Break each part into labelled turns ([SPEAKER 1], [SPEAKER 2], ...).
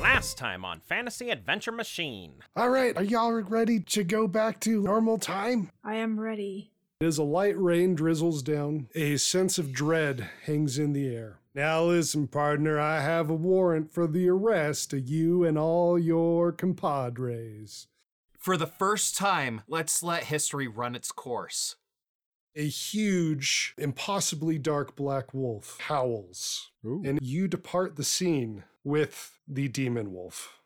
[SPEAKER 1] last time on Fantasy Adventure Machine.
[SPEAKER 2] All right, are y'all ready to go back to normal time?
[SPEAKER 3] I am ready.
[SPEAKER 2] As a light rain drizzles down, a sense of dread hangs in the air. Now, listen, partner, I have a warrant for the arrest of you and all your compadres.
[SPEAKER 4] For the first time, let's let history run its course.
[SPEAKER 2] A huge, impossibly dark black wolf howls, and you depart the scene with the demon wolf.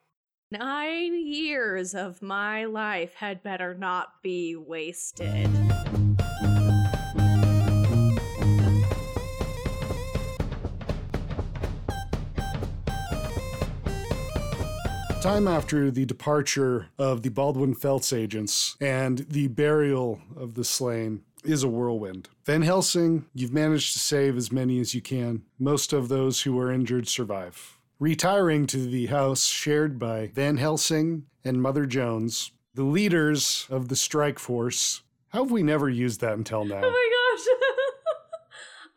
[SPEAKER 3] Nine years of my life had better not be wasted.
[SPEAKER 2] Time after the departure of the Baldwin Feltz agents and the burial of the slain is a whirlwind. Van Helsing, you've managed to save as many as you can. Most of those who were injured survive. Retiring to the house shared by Van Helsing and Mother Jones, the leaders of the strike force. How have we never used that until now?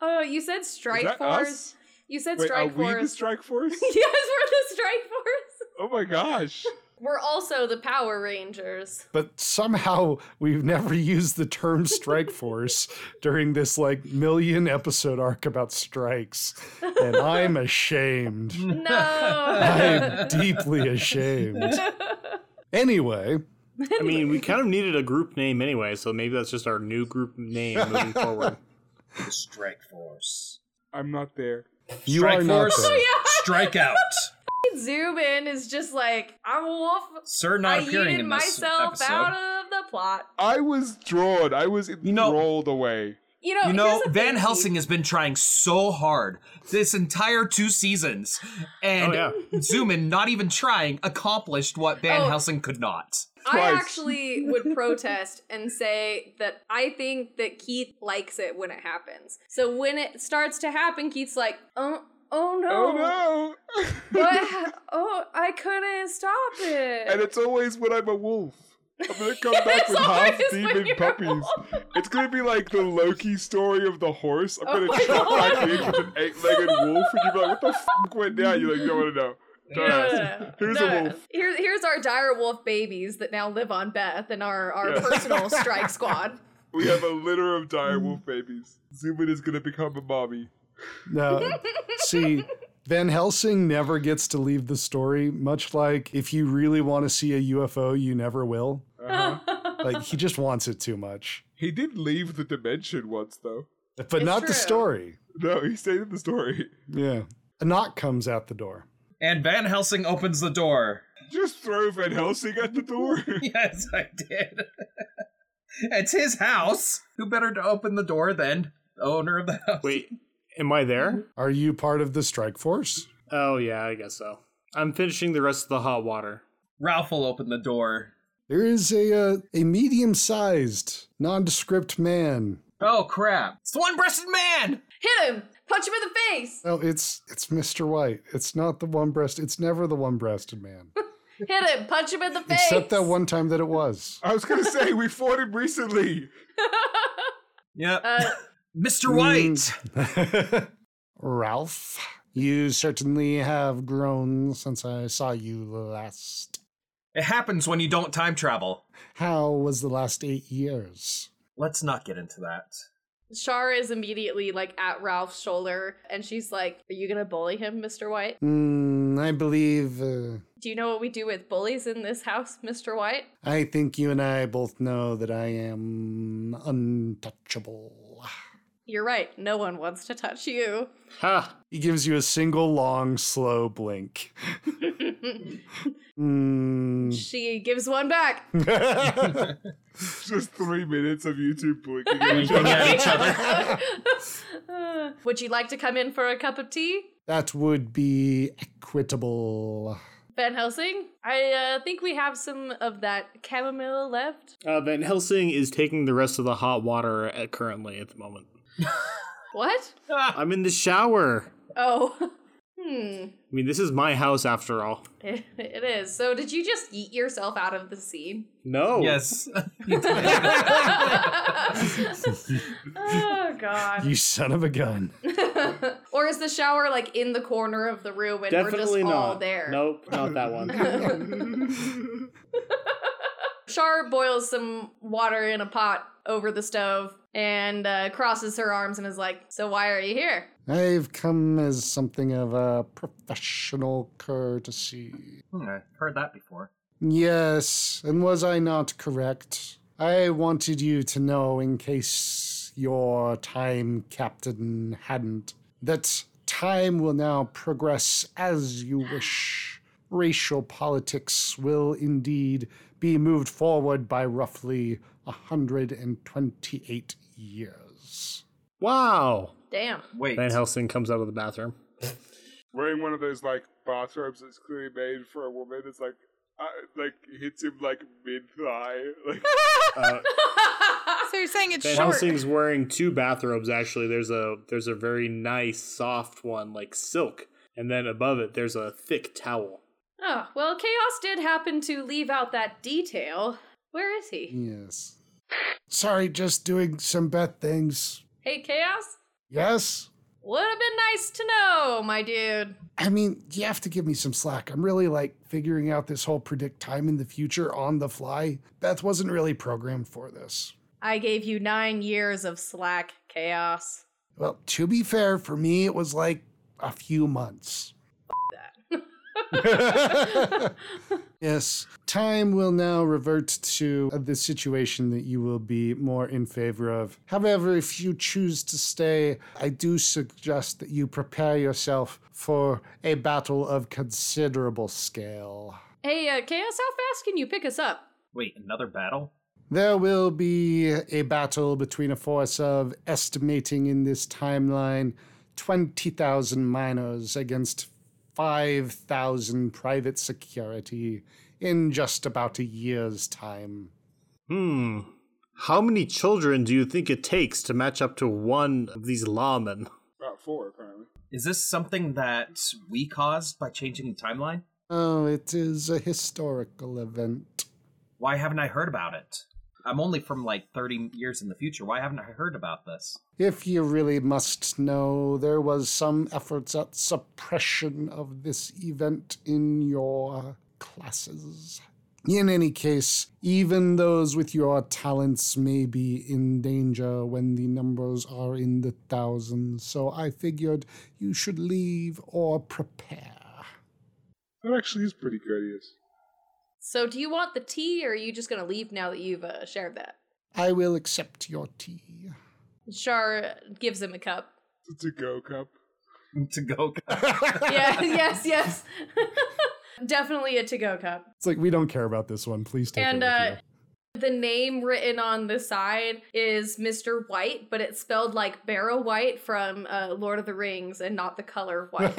[SPEAKER 3] Oh my gosh. oh, you said Strike
[SPEAKER 5] that
[SPEAKER 3] Force.
[SPEAKER 5] us?
[SPEAKER 3] You said
[SPEAKER 5] Wait, are
[SPEAKER 3] Strike
[SPEAKER 5] we the
[SPEAKER 3] Force.
[SPEAKER 5] Strike Force?
[SPEAKER 3] yes, we're the Strike Force.
[SPEAKER 5] oh my gosh.
[SPEAKER 3] We're also the Power Rangers.
[SPEAKER 2] but somehow we've never used the term strike force during this like million episode arc about strikes and i'm ashamed
[SPEAKER 3] No.
[SPEAKER 2] i'm deeply ashamed anyway
[SPEAKER 6] I mean, we kind of needed a group name anyway, so maybe that's just our new group name moving forward.
[SPEAKER 7] The Strike Force.
[SPEAKER 5] I'm not there.
[SPEAKER 2] you
[SPEAKER 8] Strike
[SPEAKER 2] are not
[SPEAKER 8] force.
[SPEAKER 2] there.
[SPEAKER 8] Strike out.
[SPEAKER 3] Zoom in is just like, I'm a wolf.
[SPEAKER 8] Sir
[SPEAKER 3] I
[SPEAKER 8] not appearing
[SPEAKER 3] yeeted
[SPEAKER 8] in this
[SPEAKER 3] myself
[SPEAKER 8] episode.
[SPEAKER 3] out of the plot.
[SPEAKER 5] I was drawn. I was
[SPEAKER 4] You know-
[SPEAKER 5] enthralled away.
[SPEAKER 3] You know,
[SPEAKER 8] You
[SPEAKER 3] here's
[SPEAKER 8] know,
[SPEAKER 3] the
[SPEAKER 8] Van
[SPEAKER 3] thing,
[SPEAKER 8] Helsing has been trying so hard this entire two seasons, and
[SPEAKER 6] Oh,
[SPEAKER 8] Zuman, not even trying, accomplished what Van
[SPEAKER 3] Oh.
[SPEAKER 8] Helsing could not.
[SPEAKER 3] I
[SPEAKER 5] Twice.
[SPEAKER 3] actually would protest and say that I think that Keith likes it when it happens. So when it starts to happen, Keith's like, oh, oh no.
[SPEAKER 5] Oh no!
[SPEAKER 3] What ha- oh, I couldn't stop it.
[SPEAKER 5] and it's always when I'm a wolf. I'm gonna come back
[SPEAKER 3] It's
[SPEAKER 5] with half
[SPEAKER 3] always when
[SPEAKER 5] demon
[SPEAKER 3] you're a
[SPEAKER 5] puppies.
[SPEAKER 3] wolf.
[SPEAKER 5] It's gonna be like the Loki story of the horse. I'm
[SPEAKER 3] Oh
[SPEAKER 5] gonna
[SPEAKER 3] my
[SPEAKER 5] jump
[SPEAKER 3] God.
[SPEAKER 5] back in with an eight-legged wolf, and you're like, "What the f went down?" You're like, "Don't want to know."
[SPEAKER 3] No,
[SPEAKER 5] Don't
[SPEAKER 3] no,
[SPEAKER 5] ask.
[SPEAKER 3] no, no.
[SPEAKER 5] Here's
[SPEAKER 3] No,
[SPEAKER 5] a
[SPEAKER 3] no.
[SPEAKER 5] wolf.
[SPEAKER 3] Here, here's our dire wolf babies that now live on Beth and our, our
[SPEAKER 5] Yeah.
[SPEAKER 3] personal strike squad.
[SPEAKER 5] We have a litter of dire
[SPEAKER 3] Mm.
[SPEAKER 5] wolf babies. Zuman is gonna become a mommy.
[SPEAKER 2] No. See, Van Helsing never gets to leave the story, much like if you really want to see a UFO, you never will.
[SPEAKER 5] Uh-huh.
[SPEAKER 2] Like, he just wants it too much.
[SPEAKER 5] he did leave the dimension once, though.
[SPEAKER 2] But
[SPEAKER 3] It's
[SPEAKER 2] not
[SPEAKER 3] true.
[SPEAKER 2] the story.
[SPEAKER 5] No, he stayed in the story.
[SPEAKER 2] Yeah. A knock comes at the door.
[SPEAKER 6] And Van Helsing opens the door.
[SPEAKER 5] Just throw Van Helsing at the door.
[SPEAKER 6] Yes, I did. it's his house. Who better to open the door than the owner of the house?
[SPEAKER 8] Wait,
[SPEAKER 6] am I there?
[SPEAKER 2] Are you part of the strike force?
[SPEAKER 6] Oh, yeah.
[SPEAKER 8] I guess so.
[SPEAKER 6] I'm finishing the rest of the hot water. Ralph will open the door.
[SPEAKER 2] There is a uh, a medium sized, nondescript man.
[SPEAKER 6] Oh, crap.
[SPEAKER 8] It's the one-breasted man.
[SPEAKER 3] Hit him! Punch him in the face!
[SPEAKER 2] Oh, it's it's Mr. White. It's not the one breast. It's never the one breasted man,
[SPEAKER 3] Hit him! Punch him in the face!
[SPEAKER 2] except that one time that it was.
[SPEAKER 5] I was gonna say we fought him recently.
[SPEAKER 6] Yep.
[SPEAKER 3] Uh,
[SPEAKER 8] Mr. White.
[SPEAKER 2] Ralph, you certainly have grown since I saw you last.
[SPEAKER 8] It happens when you don't time travel.
[SPEAKER 2] How was the last eight years?
[SPEAKER 8] Let's not get into that.
[SPEAKER 3] Shar is immediately like at Ralph's shoulder and she's like, Are you gonna bully him, Mr. White?
[SPEAKER 2] Hmm, I believe. Uh,
[SPEAKER 3] Do you know what we do with bullies in this house, Mr. White?
[SPEAKER 2] I think you and I both know that I am untouchable.
[SPEAKER 3] You're right, no one wants to touch you.
[SPEAKER 6] Ha.
[SPEAKER 2] He gives you a single long, slow blink. Hmm.
[SPEAKER 3] she gives one back.
[SPEAKER 5] Just three minutes of YouTube blinking. at each
[SPEAKER 6] Winking
[SPEAKER 5] other.
[SPEAKER 6] at each other.
[SPEAKER 3] Uh, Would you like to come in for a cup of tea?
[SPEAKER 2] that would be equitable.
[SPEAKER 3] Van Helsing? I uh, think we have some of that chamomile left.
[SPEAKER 6] Uh, Van Helsing is taking the rest of the hot water at, currently at the moment.
[SPEAKER 3] What?
[SPEAKER 6] I'm in the shower.
[SPEAKER 3] Oh. Hmm.
[SPEAKER 6] I mean, this is my house after all.
[SPEAKER 3] It, it is. So, did you just eat yourself out of the scene?
[SPEAKER 6] No.
[SPEAKER 8] Yes.
[SPEAKER 3] oh, God.
[SPEAKER 2] You son of a gun.
[SPEAKER 3] or is the shower like in the corner of the room and we're just
[SPEAKER 9] Definitely not.
[SPEAKER 3] all there?
[SPEAKER 9] Nope, not that one.
[SPEAKER 3] Char boils some water in a pot over the stove and uh, crosses her arms and is like, So why are you here?
[SPEAKER 2] I've come as something of a professional courtesy.
[SPEAKER 6] Hmm, I've heard that before.
[SPEAKER 2] Yes, and was I not correct? I wanted you to know, in case your time captain hadn't, that time will now progress as you wish. Racial politics will indeed be moved forward by roughly 128 years.
[SPEAKER 9] wow.
[SPEAKER 3] Damn.
[SPEAKER 6] Wait,
[SPEAKER 9] Van Helsing comes out of the bathroom.
[SPEAKER 5] Wearing one of those like bathrobes that's clearly made for a woman is like, I, like hits him like mid thigh. Like
[SPEAKER 9] Uh,
[SPEAKER 10] So you're saying it's
[SPEAKER 9] Van
[SPEAKER 10] short.
[SPEAKER 9] Helsing's wearing two bathrobes. Actually, there's a there's a very nice soft one like silk, and then above it there's a thick towel.
[SPEAKER 3] Oh, well, Chaos did happen to leave out that detail. Where is
[SPEAKER 9] Mm.
[SPEAKER 3] he?
[SPEAKER 2] Yes. Sorry, just doing some bad things.
[SPEAKER 3] Hey, Chaos?
[SPEAKER 2] Yes?
[SPEAKER 3] Would have been nice to know, my dude.
[SPEAKER 2] I mean, you have to give me some slack. I'm really like figuring out this whole predict time in the future on the fly. Beth wasn't really programmed for this.
[SPEAKER 3] I gave you nine years of slack, Chaos.
[SPEAKER 2] Well, to be fair, for me, it was like a few months. yes, time will now revert to the situation that you will be more in favor of. However, if you choose to stay, I do suggest that you prepare yourself for a battle of considerable scale.
[SPEAKER 3] Hey, uh, Chaos, how fast can you pick us up?
[SPEAKER 6] wait, another battle?
[SPEAKER 2] There will be a battle between a force of, estimating in this timeline, 20,000 miners against 5,000 private security in just about a year's time.
[SPEAKER 9] Hmm. How many children do you think it takes to match up to one of these lawmen?
[SPEAKER 5] about four apparently.
[SPEAKER 6] Is this something that we caused by changing the timeline?
[SPEAKER 2] Oh, it is a historical event.
[SPEAKER 6] Why haven't I heard about it? I'm only from like 30 years in the future. Why haven't I heard about this?
[SPEAKER 2] If you really must know, there was some efforts at suppression of this event in your classes. In any case, even those with your talents may be in danger when the numbers are in the thousands, so I figured you should leave or prepare.
[SPEAKER 5] That actually is pretty courteous.
[SPEAKER 3] So, do you want the tea, or are you just gonna leave now that you've uh, shared that?
[SPEAKER 2] I will accept your tea.
[SPEAKER 3] Char gives him a cup.
[SPEAKER 5] It's a go cup.
[SPEAKER 6] to go.
[SPEAKER 3] Yeah, yes, yes. Definitely a to-go cup.
[SPEAKER 2] It's like, we don't care about this one. Please take
[SPEAKER 3] And
[SPEAKER 2] it. with
[SPEAKER 3] uh,
[SPEAKER 2] you.
[SPEAKER 3] the name written on the side is Mr. White, but it's spelled like Barrow White from uh, Lord of the Rings and not the color white.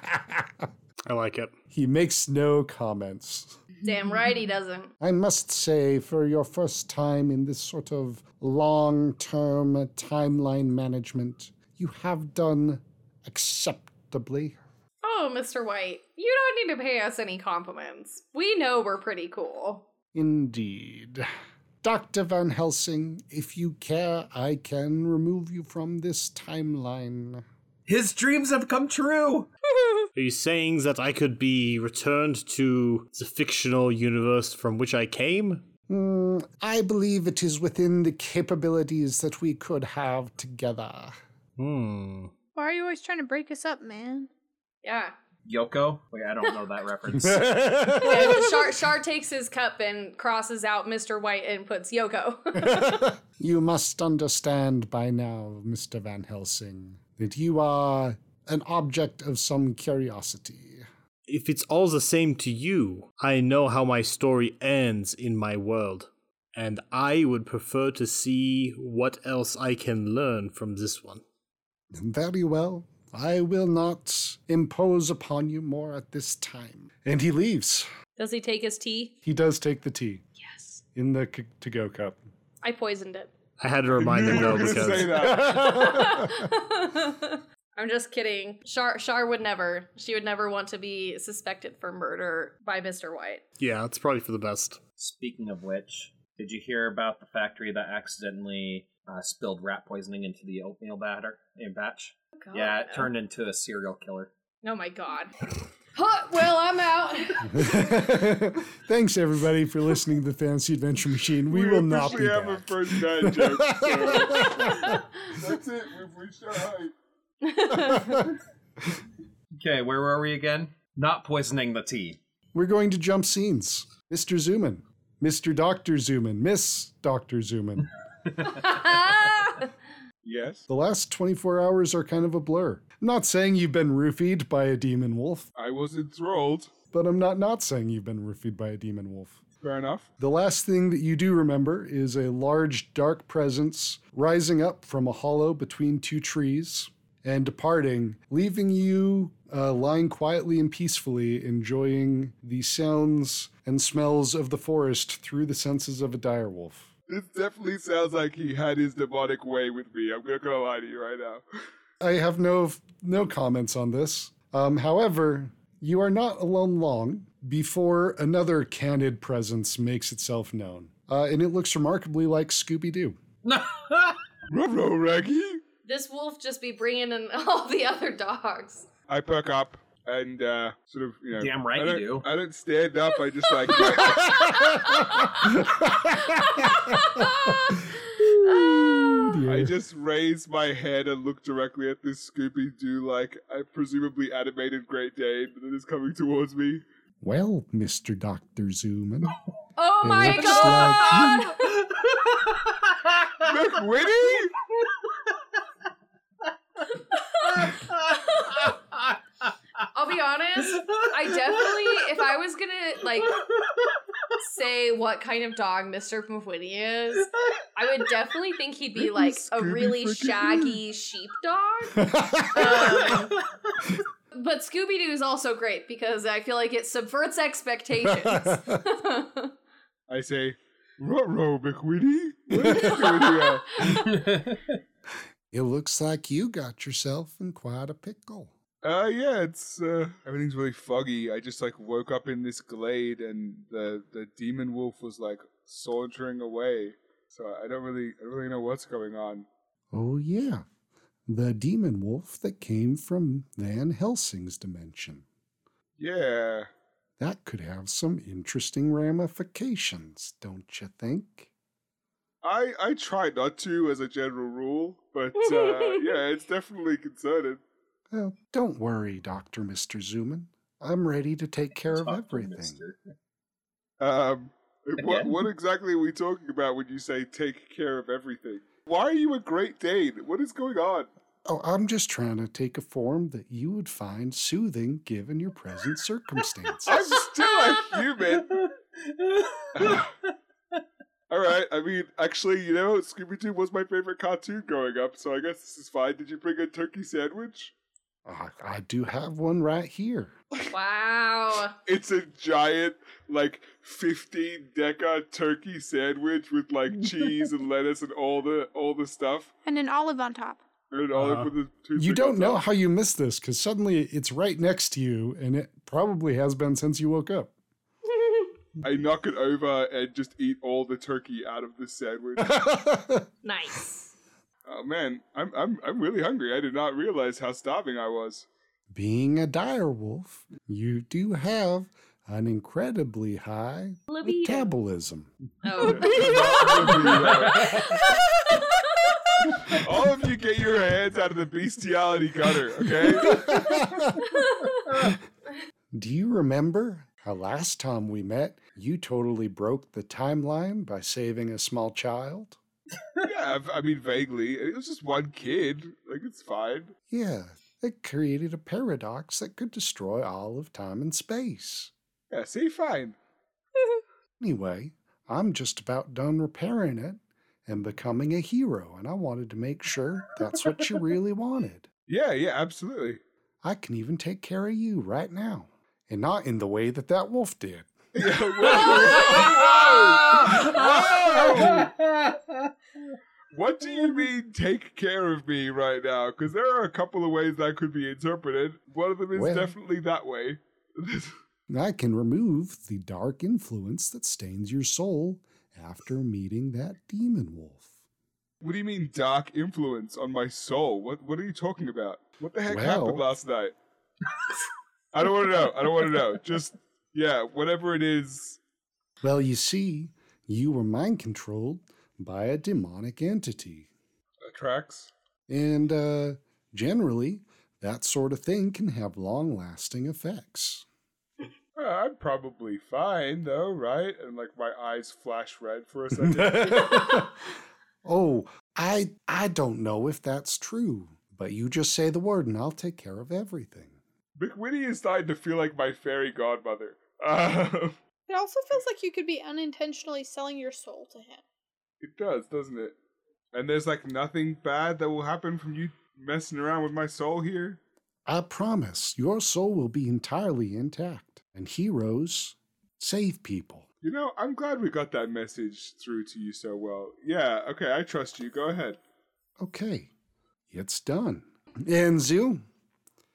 [SPEAKER 9] I like it.
[SPEAKER 2] he makes no comments.
[SPEAKER 3] Damn right he doesn't.
[SPEAKER 2] I must say, for your first time in this sort of long term timeline management, you have done acceptably.
[SPEAKER 3] Oh, Mr. White, you don't need to pay us any compliments. We know we're pretty cool.
[SPEAKER 2] Indeed. Dr. Van Helsing, if you care, I can remove you from this timeline.
[SPEAKER 6] His dreams have come true.
[SPEAKER 9] Are you saying that I could be returned to the fictional universe from which I came?
[SPEAKER 2] Hmm, I believe it is within the capabilities that we could have together.
[SPEAKER 9] Hmm.
[SPEAKER 10] Why are you always trying to break us up, man?
[SPEAKER 3] Yeah.
[SPEAKER 6] Yoko? Wait, I don't know that reference.
[SPEAKER 3] yeah Char, Char takes his cup and crosses out Mr. White and puts Yoko.
[SPEAKER 2] You must understand by now, Mr. Van Helsing, that you are an object of some curiosity.
[SPEAKER 9] If it's all the same to you, I know how my story ends in my world. And I would prefer to see what else I can learn from this one.
[SPEAKER 2] Very well. I will not impose upon you more at this time. And he leaves.
[SPEAKER 3] Does he take his tea?
[SPEAKER 2] He does take the tea. Yes. In the to go cup.
[SPEAKER 3] I poisoned it.
[SPEAKER 9] I had to remind him though,
[SPEAKER 5] Gonna say
[SPEAKER 9] because
[SPEAKER 5] that.
[SPEAKER 3] I'm just kidding. Char, Char would never. She would never want to be suspected for murder by Mr. White.
[SPEAKER 9] yeah, it's probably for the best.
[SPEAKER 6] Speaking of which, did you hear about the factory that accidentally uh, spilled rat poisoning into the oatmeal batter in batch.
[SPEAKER 3] God,
[SPEAKER 6] yeah, it
[SPEAKER 3] no.
[SPEAKER 6] turned into a serial killer.
[SPEAKER 3] Oh my god. Huh, well, I'm out.
[SPEAKER 2] Thanks everybody for listening to the Fantasy Adventure Machine. We, will not be
[SPEAKER 5] officially have a
[SPEAKER 2] back.
[SPEAKER 5] first dad joke. so- That's it. We've reached our height.
[SPEAKER 6] Okay, where were we again? Not poisoning the tea.
[SPEAKER 2] We're going to jump scenes. Mr. Zuman, Mr. Doctor Zuman, Miss Doctor Zuman.
[SPEAKER 5] Yes,
[SPEAKER 2] The last 24 hours are kind of a blur. I'm not saying you've been roofied by a demon wolf,
[SPEAKER 5] I was enthralled.
[SPEAKER 2] but I'm not not saying you've been roofied by a demon wolf.
[SPEAKER 5] Fair enough.
[SPEAKER 2] The last thing that you do remember is a large dark presence rising up from a hollow between two trees and departing, leaving you uh, lying quietly and peacefully, enjoying the sounds and smells of the forest through the senses of a direwolf.
[SPEAKER 5] This definitely sounds like he had his demonic way with me. I'm not gonna lie to you right now.
[SPEAKER 2] I have no no comments on this. Um, however, you are not alone long before another candid presence makes itself known, uh, and it looks remarkably like Scooby Doo.
[SPEAKER 5] Ruh-roh, Raggy.
[SPEAKER 3] this wolf just be bringing in all the other dogs.
[SPEAKER 5] I perk up and uh, sort of, you know.
[SPEAKER 6] Damn right
[SPEAKER 5] I
[SPEAKER 6] you
[SPEAKER 5] don't-
[SPEAKER 6] do.
[SPEAKER 5] I don't stand up. I just like.
[SPEAKER 3] Oh
[SPEAKER 5] I just raise my head and look directly at this Scooby Doo, like a presumably animated Great Dane that is coming towards me.
[SPEAKER 2] Well, Mister Doctor Zooman,
[SPEAKER 3] Oh
[SPEAKER 2] It
[SPEAKER 3] my
[SPEAKER 2] looks
[SPEAKER 3] god!
[SPEAKER 2] like
[SPEAKER 5] McWitty!
[SPEAKER 3] I'll be honest, I definitely, if I was gonna, like, say what kind of dog Mr. Mawitty is, I would definitely think he'd be, like, a
[SPEAKER 5] Scooby
[SPEAKER 3] really
[SPEAKER 5] freaking
[SPEAKER 3] shaggy sheepdog. Um, but Scooby Doo is also great because I feel like it subverts expectations.
[SPEAKER 5] I say, Ruh-roh, McWitty? What are you doing here?
[SPEAKER 2] it looks like you got yourself in quite a pickle.
[SPEAKER 5] Uh, yeah, it's uh, everything's really foggy. I just like woke up in this glade, and the the demon wolf was like sauntering away. So I don't really, I don't really know what's going on.
[SPEAKER 2] Oh yeah, the demon wolf that came from Van Helsing's dimension.
[SPEAKER 5] Yeah,
[SPEAKER 2] That could have some interesting ramifications, don't you think?
[SPEAKER 5] I I try not to as a general rule, but uh, yeah, it's definitely concerning.
[SPEAKER 2] Well, don't worry, Dr. Mr. Zuman. I'm ready to take care of
[SPEAKER 7] Doctor
[SPEAKER 2] everything.
[SPEAKER 7] Mister.
[SPEAKER 5] Um, what
[SPEAKER 6] Again?
[SPEAKER 5] what exactly are we talking about when you say take care of everything? Why are you a Great Dane? What is going on?
[SPEAKER 2] Oh, I'm just trying to take a form that you would find soothing given your present
[SPEAKER 5] I'm
[SPEAKER 2] circumstances.
[SPEAKER 5] still a human. All right. I mean, actually, you know, Scooby Doo was my favorite cartoon growing up, so I guess this is fine. Did you bring a turkey sandwich?
[SPEAKER 2] I, I do have one right here.
[SPEAKER 3] wow.
[SPEAKER 5] It's a giant, like, 15 deca turkey sandwich with like cheese and lettuce and all the all the stuff.
[SPEAKER 10] And an olive on top.
[SPEAKER 5] And all
[SPEAKER 6] Uh-huh.
[SPEAKER 5] with the
[SPEAKER 2] You
[SPEAKER 5] toothpick
[SPEAKER 2] don't
[SPEAKER 5] on
[SPEAKER 2] know
[SPEAKER 5] top.
[SPEAKER 2] how you missed this because suddenly it's right next to you, and it probably has been since you woke up.
[SPEAKER 5] I knock it over and just eat all the turkey out of this sandwich.
[SPEAKER 3] Nice.
[SPEAKER 5] oh man, I'm I'm I'm really hungry. I did not realize how starving I was.
[SPEAKER 2] Being a direwolf, you do have an incredibly high
[SPEAKER 3] Libido.
[SPEAKER 2] metabolism.
[SPEAKER 3] Oh.
[SPEAKER 5] All of you get your hands out of the bestiality gutter, okay?
[SPEAKER 2] Do you remember how last time we met, you totally broke the timeline by saving a small child?
[SPEAKER 5] Yeah, I I mean vaguely. It was just one kid. Like it's fine.
[SPEAKER 2] Yeah, that created a paradox that could destroy all of time and space.
[SPEAKER 5] Yeah, see, fine.
[SPEAKER 2] Anyway, I'm just about done repairing it and becoming a hero, and I wanted to make sure that's what you really wanted.
[SPEAKER 5] Yeah, yeah, absolutely.
[SPEAKER 2] I can even take care of you right now, and not in the way that that wolf did.
[SPEAKER 5] Yeah, whoa, whoa, whoa, whoa. What do you mean take care of me right now? Because there are a couple of ways that could be interpreted. One of them is
[SPEAKER 2] Well.
[SPEAKER 5] definitely that way.
[SPEAKER 2] I can remove the dark influence that stains your soul after meeting that demon wolf.
[SPEAKER 5] What do you mean dark influence on my soul? What What are you talking about? What the heck
[SPEAKER 2] Well-
[SPEAKER 5] happened last night? I don't want to know. I don't want to know. Just yeah, whatever it is.
[SPEAKER 2] Well, you see, you were mind controlled by a demonic entity.
[SPEAKER 5] Tracks.
[SPEAKER 2] And uh, generally, that sort of thing can have long lasting effects.
[SPEAKER 5] Uh, I'm probably fine though, right? And like my eyes flash red for a second.
[SPEAKER 2] Oh, I I don't know if that's true, but you just say the word and I'll take care of everything.
[SPEAKER 5] McWitty is starting to feel like my fairy godmother. Um,
[SPEAKER 10] It also feels like you could be unintentionally selling your soul to him.
[SPEAKER 5] it does, doesn't it? And there's like nothing bad that will happen from you messing around with my soul here.
[SPEAKER 2] I promise your soul will be entirely intact, and heroes save people.
[SPEAKER 5] You know, I'm glad we got that message through to you so well. Yeah, okay, I trust you. Go ahead.
[SPEAKER 2] Okay, it's done. And Zoo,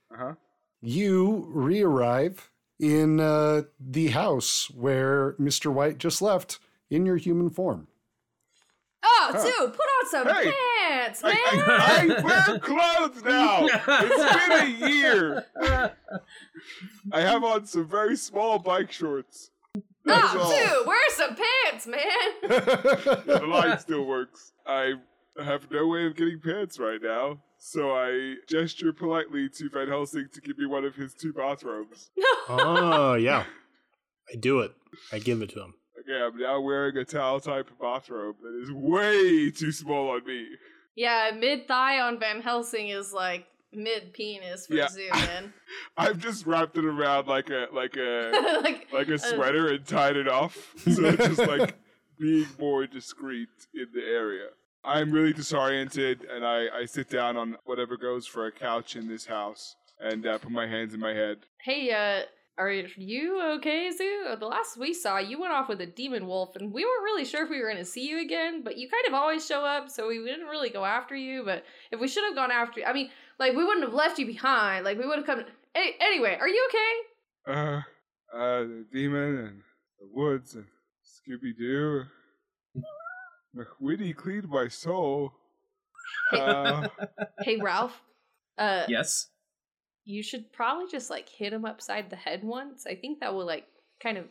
[SPEAKER 5] Uh huh.
[SPEAKER 2] you re-arrive in uh, the house where Mr. White just left in your human form.
[SPEAKER 3] Oh, dude, put on some
[SPEAKER 5] Hey!
[SPEAKER 3] pants, man.
[SPEAKER 5] I, I wear clothes now. It's been a year. I have on some very small bike shorts. That's all.
[SPEAKER 3] oh, dude, wear some pants, man.
[SPEAKER 5] Yeah, the line still works. I have no way of getting pants right now, so I gesture politely to Van Helsing to give me one of his two bathrobes.
[SPEAKER 9] Oh, yeah. I do it. I give it to him.
[SPEAKER 5] Okay, I'm now wearing a towel type bathrobe that is way too small on me.
[SPEAKER 3] Yeah, mid thigh on Van Helsing is like mid penis for
[SPEAKER 5] Yeah.
[SPEAKER 3] Zoo, man.
[SPEAKER 5] I've just wrapped it around like a like a
[SPEAKER 3] like, uh,
[SPEAKER 5] like a sweater and tied it off, so it's just like being more discreet in the area. I'm really disoriented, and I, I sit down on whatever goes for a couch in this house and uh, put my hands in my head.
[SPEAKER 3] hey, uh, are you okay, Zoo? Uh, The last we saw, you went off with a demon wolf, and we weren't really sure if we were going to see you again, but you kind of always show up, so we didn't really go after you. But if we should have gone after you, I mean, like, we wouldn't have left you behind. Like, we would have come. Any- anyway, are you okay?
[SPEAKER 5] uh, uh, the demon and the woods and Scooby Doo. McWitty cleaned my soul. Uh,
[SPEAKER 3] hey Ralph, uh,
[SPEAKER 6] Yes.
[SPEAKER 3] you should probably just like hit him upside the head once. I think that will like kind of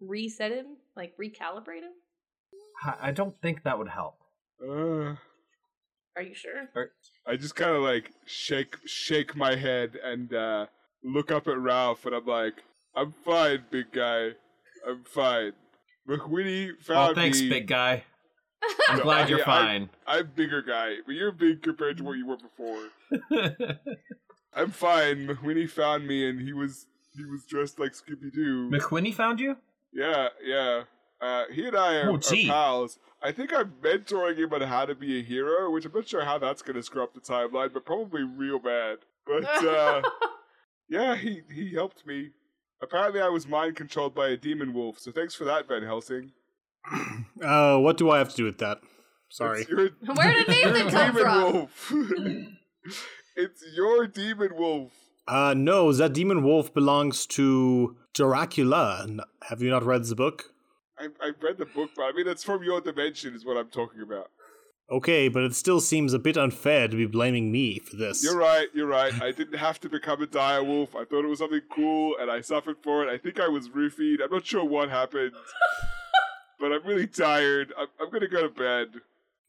[SPEAKER 3] reset him, like recalibrate him.
[SPEAKER 6] I- I don't think that would help.
[SPEAKER 5] uh,
[SPEAKER 3] Are you sure?
[SPEAKER 5] I just kind of like shake shake my head and uh, look up at Ralph, and I'm like, I'm fine, big guy. I'm fine. McWitty found
[SPEAKER 8] Oh, thanks,
[SPEAKER 5] me.
[SPEAKER 8] big guy. I'm
[SPEAKER 5] No,
[SPEAKER 8] glad
[SPEAKER 5] I-
[SPEAKER 8] you're
[SPEAKER 5] I-
[SPEAKER 8] fine.
[SPEAKER 5] I'm bigger guy, but you're big compared to what you were before. I'm fine. McWitty found me, and he was he was dressed like Scooby Doo.
[SPEAKER 6] McQuinny found you?
[SPEAKER 5] Yeah, yeah. Uh, he and I are,
[SPEAKER 6] Oh,
[SPEAKER 5] are
[SPEAKER 6] gee.
[SPEAKER 5] pals. I think I'm mentoring him on how to be a hero, which I'm not sure how that's going to screw up the timeline, but probably real bad. But uh, yeah, he he helped me. Apparently, I was mind controlled by a demon wolf, so thanks for that, Van Helsing.
[SPEAKER 9] Uh, what do I have to do with that? Sorry.
[SPEAKER 5] It's your,
[SPEAKER 3] Where did
[SPEAKER 5] your
[SPEAKER 3] Nathan come
[SPEAKER 5] demon
[SPEAKER 3] from?
[SPEAKER 5] wolf. it's your demon wolf.
[SPEAKER 9] Uh, no, that demon wolf belongs to Dracula. N- Have you not read the book?
[SPEAKER 5] I, I read the book, but I mean, that's from your dimension, is what I'm talking about.
[SPEAKER 9] Okay, but it still seems a bit unfair to be blaming me for this.
[SPEAKER 5] You're right, you're right. I didn't have to become a dire wolf. I thought it was something cool and I suffered for it. I think I was roofied. I'm not sure what happened. but I'm really tired. I'm, I'm going to go to bed.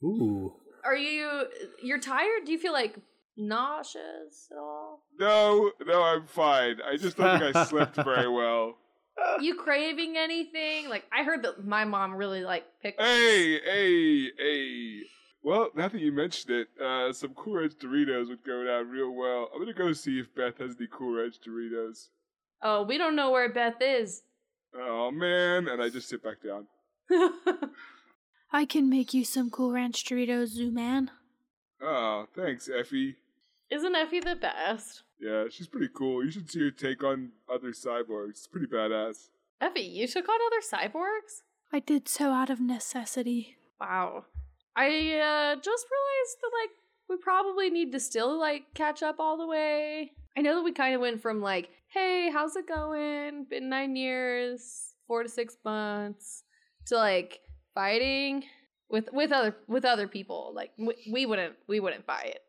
[SPEAKER 9] Ooh.
[SPEAKER 3] Are you you're tired? Do you feel like nauseous at all?
[SPEAKER 5] No, no, I'm fine. I just don't think I slept very well. Uh.
[SPEAKER 3] You craving anything? Like I heard that my mom really like picked.
[SPEAKER 5] Hey, hey, hey. Well, now that you mentioned it, uh, some Cool Ranch Doritos would go down real well. I'm going to go see if Beth has any Cool Ranch Doritos.
[SPEAKER 3] Oh, we don't know where Beth is.
[SPEAKER 5] Oh, man. And I just sit back down.
[SPEAKER 10] I can make you some cool ranch Doritos, Zoo Man.
[SPEAKER 5] Oh, thanks, Effie.
[SPEAKER 3] Isn't Effie the best?
[SPEAKER 5] Yeah, she's pretty cool. You should see her take on other cyborgs. It's pretty badass.
[SPEAKER 3] Effie, you took on other cyborgs?
[SPEAKER 10] I did so out of necessity.
[SPEAKER 3] Wow. I uh, just realized that, like, we probably need to still, like, catch up all the way. I know that we kind of went from, like, hey, how's it going? Been nine years, four to six months, to, like, fighting with with other with other people. Like we, we wouldn't we wouldn't buy it,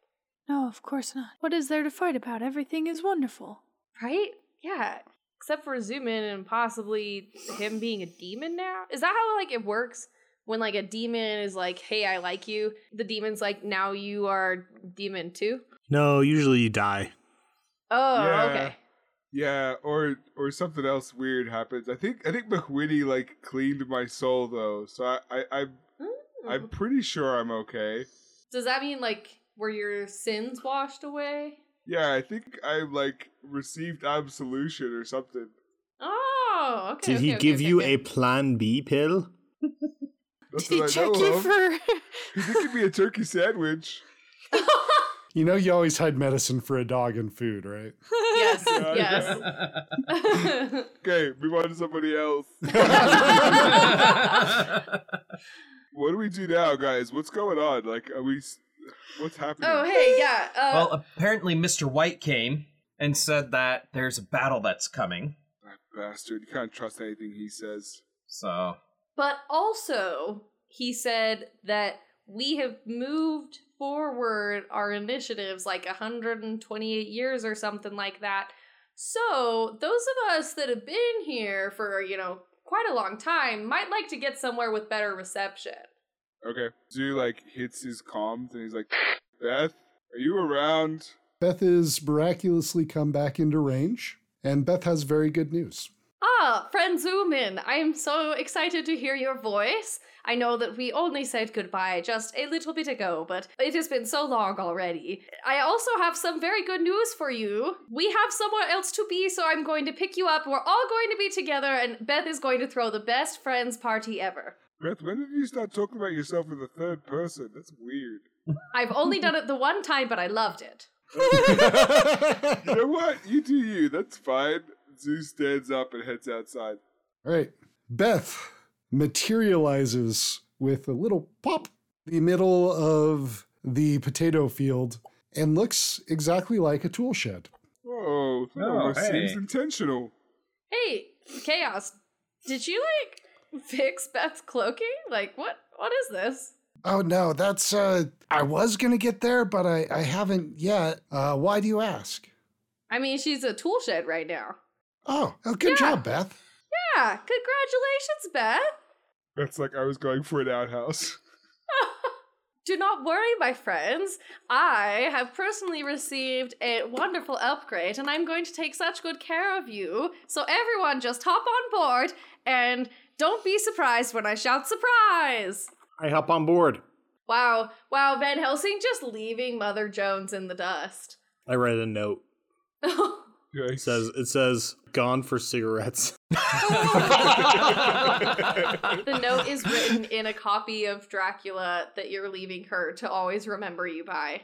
[SPEAKER 10] No, of course not. What is there to fight about? Everything is wonderful.
[SPEAKER 3] right? Yeah, except for Zoomin and possibly him being a demon now. Is that how like it works? When like a demon is like, "Hey, I like you," the demon's like, "Now you are demon too."
[SPEAKER 9] No, usually you die.
[SPEAKER 3] Oh,
[SPEAKER 5] Yeah.
[SPEAKER 3] okay.
[SPEAKER 5] Yeah, or or something else weird happens. I think I think McWitty like cleaned my soul though, so I, I I'm
[SPEAKER 3] Uh-huh.
[SPEAKER 5] I'm pretty sure I'm okay.
[SPEAKER 3] Mm-hmm. Does that mean like were your sins washed away?
[SPEAKER 5] Yeah, I think I like received absolution or something.
[SPEAKER 3] Oh, okay.
[SPEAKER 9] Did he
[SPEAKER 3] okay, okay,
[SPEAKER 9] give
[SPEAKER 3] okay,
[SPEAKER 9] you
[SPEAKER 3] okay.
[SPEAKER 9] a Plan B pill?
[SPEAKER 5] That's
[SPEAKER 10] Did he
[SPEAKER 5] what I
[SPEAKER 10] check
[SPEAKER 5] know
[SPEAKER 10] you
[SPEAKER 5] of.
[SPEAKER 10] for?
[SPEAKER 5] He did give me a turkey sandwich.
[SPEAKER 2] You know, you always hide medicine for a dog and food, right?
[SPEAKER 3] Yes,
[SPEAKER 5] Yeah,
[SPEAKER 3] yes.
[SPEAKER 5] Okay, move on to somebody else. what do we do now, guys? What's going on? Like, are we? s- What's happening?
[SPEAKER 3] oh, hey, yeah. Uh,
[SPEAKER 8] Well, apparently Mr. White came and said that there's a battle that's coming.
[SPEAKER 5] That bastard! You can't trust anything he says.
[SPEAKER 8] So,
[SPEAKER 3] but also, he said that we have moved forward our initiatives like 128 years or something like that. So, those of us that have been here for, you know, quite a long time might like to get somewhere with better reception.
[SPEAKER 5] Okay. Zoo like hits his comms and he's like, Beth, are you around?
[SPEAKER 2] Beth is miraculously come back into range, and Beth has very good news.
[SPEAKER 3] Ah, friend Zoomin, I am so excited to hear your voice. I know that we only said goodbye just a little bit ago, but it has been so long already. I also have some very good news for you. We have somewhere else to be, so I'm going to pick you up. We're all going to be together, and Beth is going to throw the best friends party ever.
[SPEAKER 5] Beth, when did you start talking about yourself in the third person? That's weird.
[SPEAKER 3] I've only done it the one time, but I loved it.
[SPEAKER 5] You know what? You do you. That's fine. Zoo stands up and heads outside.
[SPEAKER 2] All right. Beth materializes with a little pop in the middle of the potato field and looks exactly like a tool shed.
[SPEAKER 5] Whoa, that
[SPEAKER 6] Oh,
[SPEAKER 5] almost
[SPEAKER 6] hey.
[SPEAKER 5] seems intentional.
[SPEAKER 3] Hey, Chaos, did you like fix Beth's cloaking? Like, what? What is this?
[SPEAKER 2] Oh no, that's uh I was gonna get there, but I, I haven't yet. Uh why do you ask?
[SPEAKER 3] I mean, she's a tool shed right now.
[SPEAKER 2] Oh, oh good
[SPEAKER 3] Yeah.
[SPEAKER 2] job, Beth.
[SPEAKER 3] Yeah, congratulations, Beth.
[SPEAKER 5] That's like I was going for an outhouse.
[SPEAKER 3] Do not worry, my friends. I have personally received a wonderful upgrade, and I'm going to take such good care of you. So, everyone, just hop on board and don't be surprised when I shout surprise.
[SPEAKER 9] I hop on board.
[SPEAKER 3] Wow, wow, Van Helsing just leaving Mother Jones in the dust.
[SPEAKER 9] I write a note.
[SPEAKER 5] Okay.
[SPEAKER 9] It says it says gone for cigarettes.
[SPEAKER 3] the note is written in a copy of Dracula that you're leaving her to always remember you by.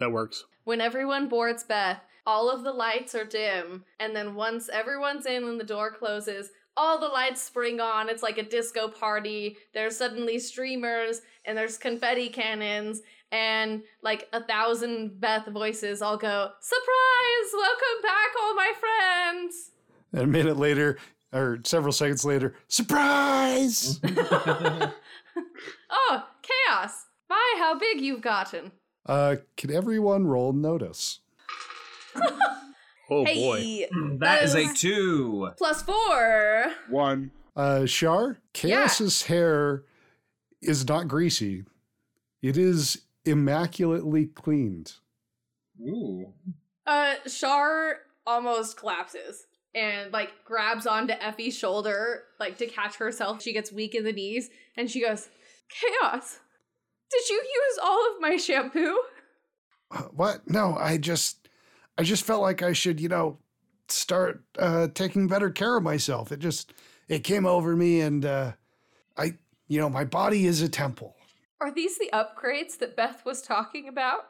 [SPEAKER 9] That works.
[SPEAKER 3] When everyone boards Beth, all of the lights are dim, and then once everyone's in and the door closes, all the lights spring on. It's like a disco party. There's suddenly streamers, and there's confetti cannons, and like a thousand Beth voices all go, Surprise! Welcome back, all my friends!
[SPEAKER 2] And a minute later, or several seconds later, surprise!
[SPEAKER 3] Oh, chaos! My, how big you've gotten!
[SPEAKER 2] uh can everyone roll notice?
[SPEAKER 9] Oh boy.
[SPEAKER 3] hey!
[SPEAKER 8] that is a
[SPEAKER 3] Those-
[SPEAKER 8] two.
[SPEAKER 3] Plus four!
[SPEAKER 5] One.
[SPEAKER 2] Uh, Shar, Chaos's hair is not greasy. It is immaculately cleaned.
[SPEAKER 6] Ooh.
[SPEAKER 3] Uh, Shar almost collapses and like grabs onto Effie's shoulder, like to catch herself. She gets weak in the knees and she goes, Chaos, did you use all of my shampoo?
[SPEAKER 2] Uh, What? No, I just, I just felt like I should, you know, start uh, taking better care of myself. It just, it came over me, and uh, I, you know, my body is a temple.
[SPEAKER 3] Are these the upgrades that Beth was talking about?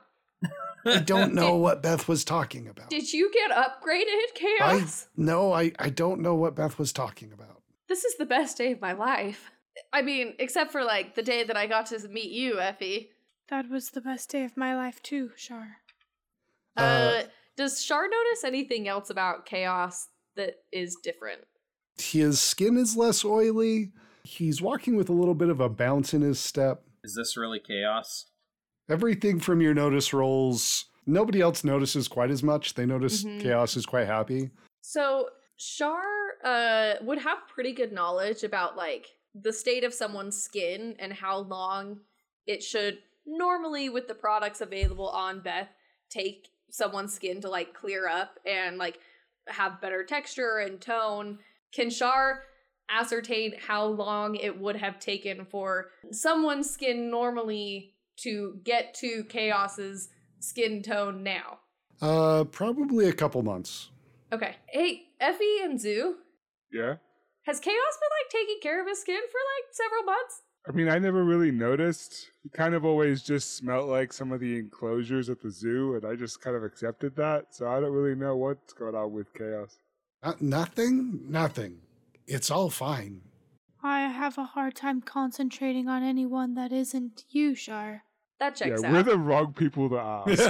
[SPEAKER 2] I don't know what Beth was talking about.
[SPEAKER 3] Did you get upgraded,
[SPEAKER 2] I
[SPEAKER 3] Chaos?
[SPEAKER 2] no, I, I don't know what Beth was talking about.
[SPEAKER 3] This is the best day of my life. I mean, except for like the day that I got to meet you, Effie.
[SPEAKER 10] That was the best day of my life, too, Shar.
[SPEAKER 3] Uh,
[SPEAKER 2] Uh,
[SPEAKER 3] does Shar notice anything else about Chaos that is different?
[SPEAKER 2] His skin is less oily. He's walking with a little bit of a bounce in his step.
[SPEAKER 6] Is this really chaos?
[SPEAKER 2] Everything from your notice rolls, nobody else notices quite as much. They notice
[SPEAKER 3] Mhm.
[SPEAKER 2] Chaos is quite happy.
[SPEAKER 3] So Shar uh, would have pretty good knowledge about like the state of someone's skin and how long it should normally, with the products available on Beth, take someone's skin to like clear up and like have better texture and tone. Can Shar ascertain how long it would have taken for someone's skin normally to get to Chaos's skin tone now?
[SPEAKER 2] Uh, probably a couple months.
[SPEAKER 3] Okay. Hey, Effie and Zoo,
[SPEAKER 5] Yeah.
[SPEAKER 3] Has Chaos been like taking care of his skin for like several months?
[SPEAKER 5] I mean, I never really noticed. He kind of always just smelt like some of the enclosures at the zoo, and I just kind of accepted that. So I don't really know what's going on with chaos.
[SPEAKER 2] Not, Uh, nothing? Nothing. It's all fine.
[SPEAKER 10] I have a hard time concentrating on anyone that isn't you, Shar.
[SPEAKER 3] That checks
[SPEAKER 5] yeah,
[SPEAKER 3] out.
[SPEAKER 5] we're the wrong people to ask.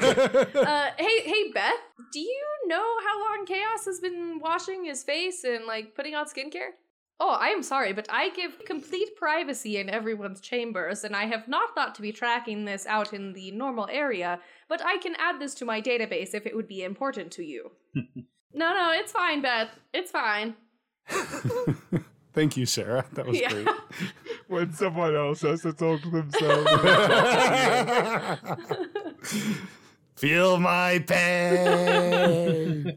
[SPEAKER 3] uh, hey, hey, Beth, do you know how long Chaos has been washing his face and like putting on skincare? Oh, I am sorry, but I give complete privacy in everyone's chambers, and I have not thought to be tracking this out in the normal area, but I can add this to my database if it would be important to you. no, no, it's fine, Beth. It's fine.
[SPEAKER 2] Thank you, Sarah. That was
[SPEAKER 3] Yeah.
[SPEAKER 2] great.
[SPEAKER 5] when someone else has to talk to themselves.
[SPEAKER 2] Feel my pain.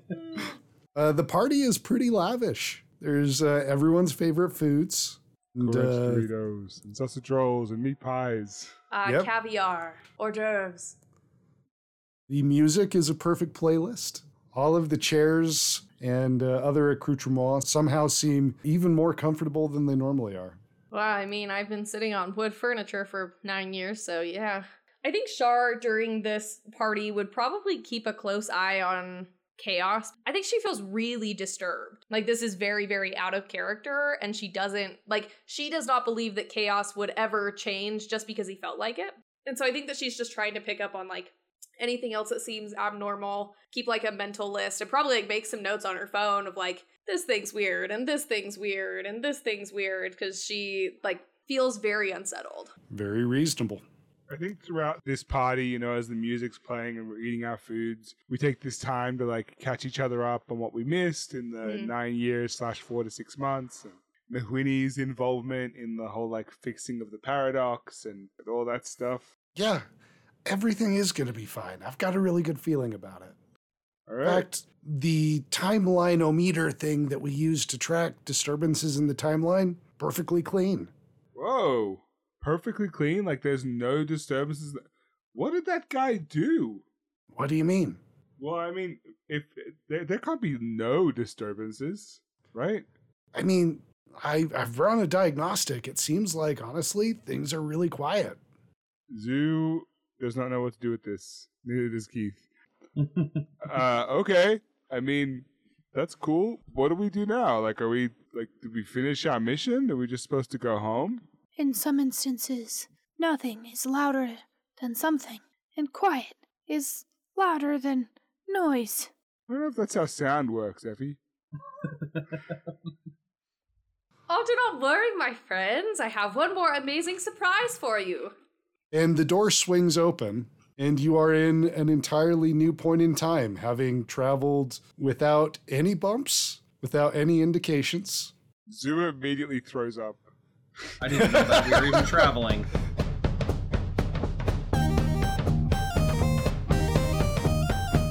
[SPEAKER 2] uh, the party is pretty lavish. There's uh, everyone's favorite foods. And,
[SPEAKER 5] Crunch
[SPEAKER 2] uh,
[SPEAKER 5] Doritos and sausage rolls and meat pies.
[SPEAKER 3] Uh,
[SPEAKER 2] Yep.
[SPEAKER 3] Caviar, hors d'oeuvres.
[SPEAKER 2] the music is a perfect playlist. All of the chairs and uh, other accoutrements somehow seem even more comfortable than they normally are.
[SPEAKER 3] Well, I mean, I've been sitting on wood furniture for nine years, so yeah. I think Shar during this party would probably keep a close eye on chaos. I think she feels really disturbed. Like, this is very, very out of character, and she doesn't, like, she does not believe that chaos would ever change just because he felt like it. And so I think that she's just trying to pick up on, like, anything else that seems abnormal, keep like a mental list, and probably like make some notes on her phone of like this thing's weird and this thing's weird and this thing's weird because she like feels very unsettled.
[SPEAKER 2] Very reasonable.
[SPEAKER 5] I think throughout this party, you know, as the music's playing and we're eating our foods, we take this time to like catch each other up on what we missed in the
[SPEAKER 3] Mhm.
[SPEAKER 5] nine years slash four to six months. And Mahwini's involvement in the whole like fixing of the paradox and all that stuff.
[SPEAKER 2] Yeah, everything is going to be fine. I've got a really good feeling about it.
[SPEAKER 5] All
[SPEAKER 2] In
[SPEAKER 5] right.
[SPEAKER 2] fact, the timeline ometer thing that we use to track disturbances in the timeline, perfectly clean.
[SPEAKER 5] Whoa. Perfectly clean. Like there's no disturbances. What did that guy do?
[SPEAKER 2] What do you mean?
[SPEAKER 5] Well, I mean, if there, there can't be no disturbances, right?
[SPEAKER 2] I mean, I, I've run a diagnostic. It seems like, honestly, things are really quiet.
[SPEAKER 5] Zoo does not know what to do with this. Neither does Keith. uh, okay. I mean, that's cool. What do we do now? Like, are we like, did we finish our mission? Are we just supposed to go home?
[SPEAKER 10] In some instances, nothing is louder than something, and quiet is louder than noise.
[SPEAKER 5] I don't know if that's how sound works, Effie.
[SPEAKER 3] Oh, do not worry, my friends. I have one more amazing surprise for you.
[SPEAKER 2] And the door swings open, and you are in an entirely new point in time, having traveled without any bumps, without any indications.
[SPEAKER 5] Zoo immediately throws up.
[SPEAKER 6] I didn't know that we were even traveling.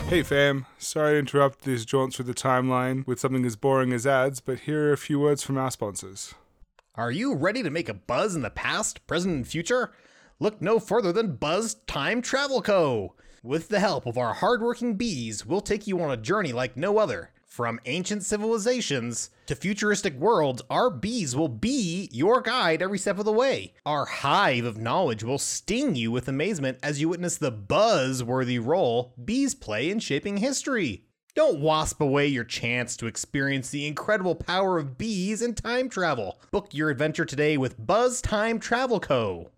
[SPEAKER 5] Hey fam, sorry to interrupt these jaunts through the timeline with something as boring as ads, but here are a few words from our sponsors.
[SPEAKER 1] Are you ready to make a buzz in the past, present, and future? Look no further than Buzz Time Travel Co. With the help of our hardworking bees, we'll take you on a journey like no other. From ancient civilizations to futuristic worlds, our bees will be your guide every step of the way. Our hive of knowledge will sting you with amazement as you witness the buzz-worthy role bees play in shaping history. Don't wasp away your chance to experience the incredible power of bees and time travel. Book your adventure today with Buzz Time Travel Co.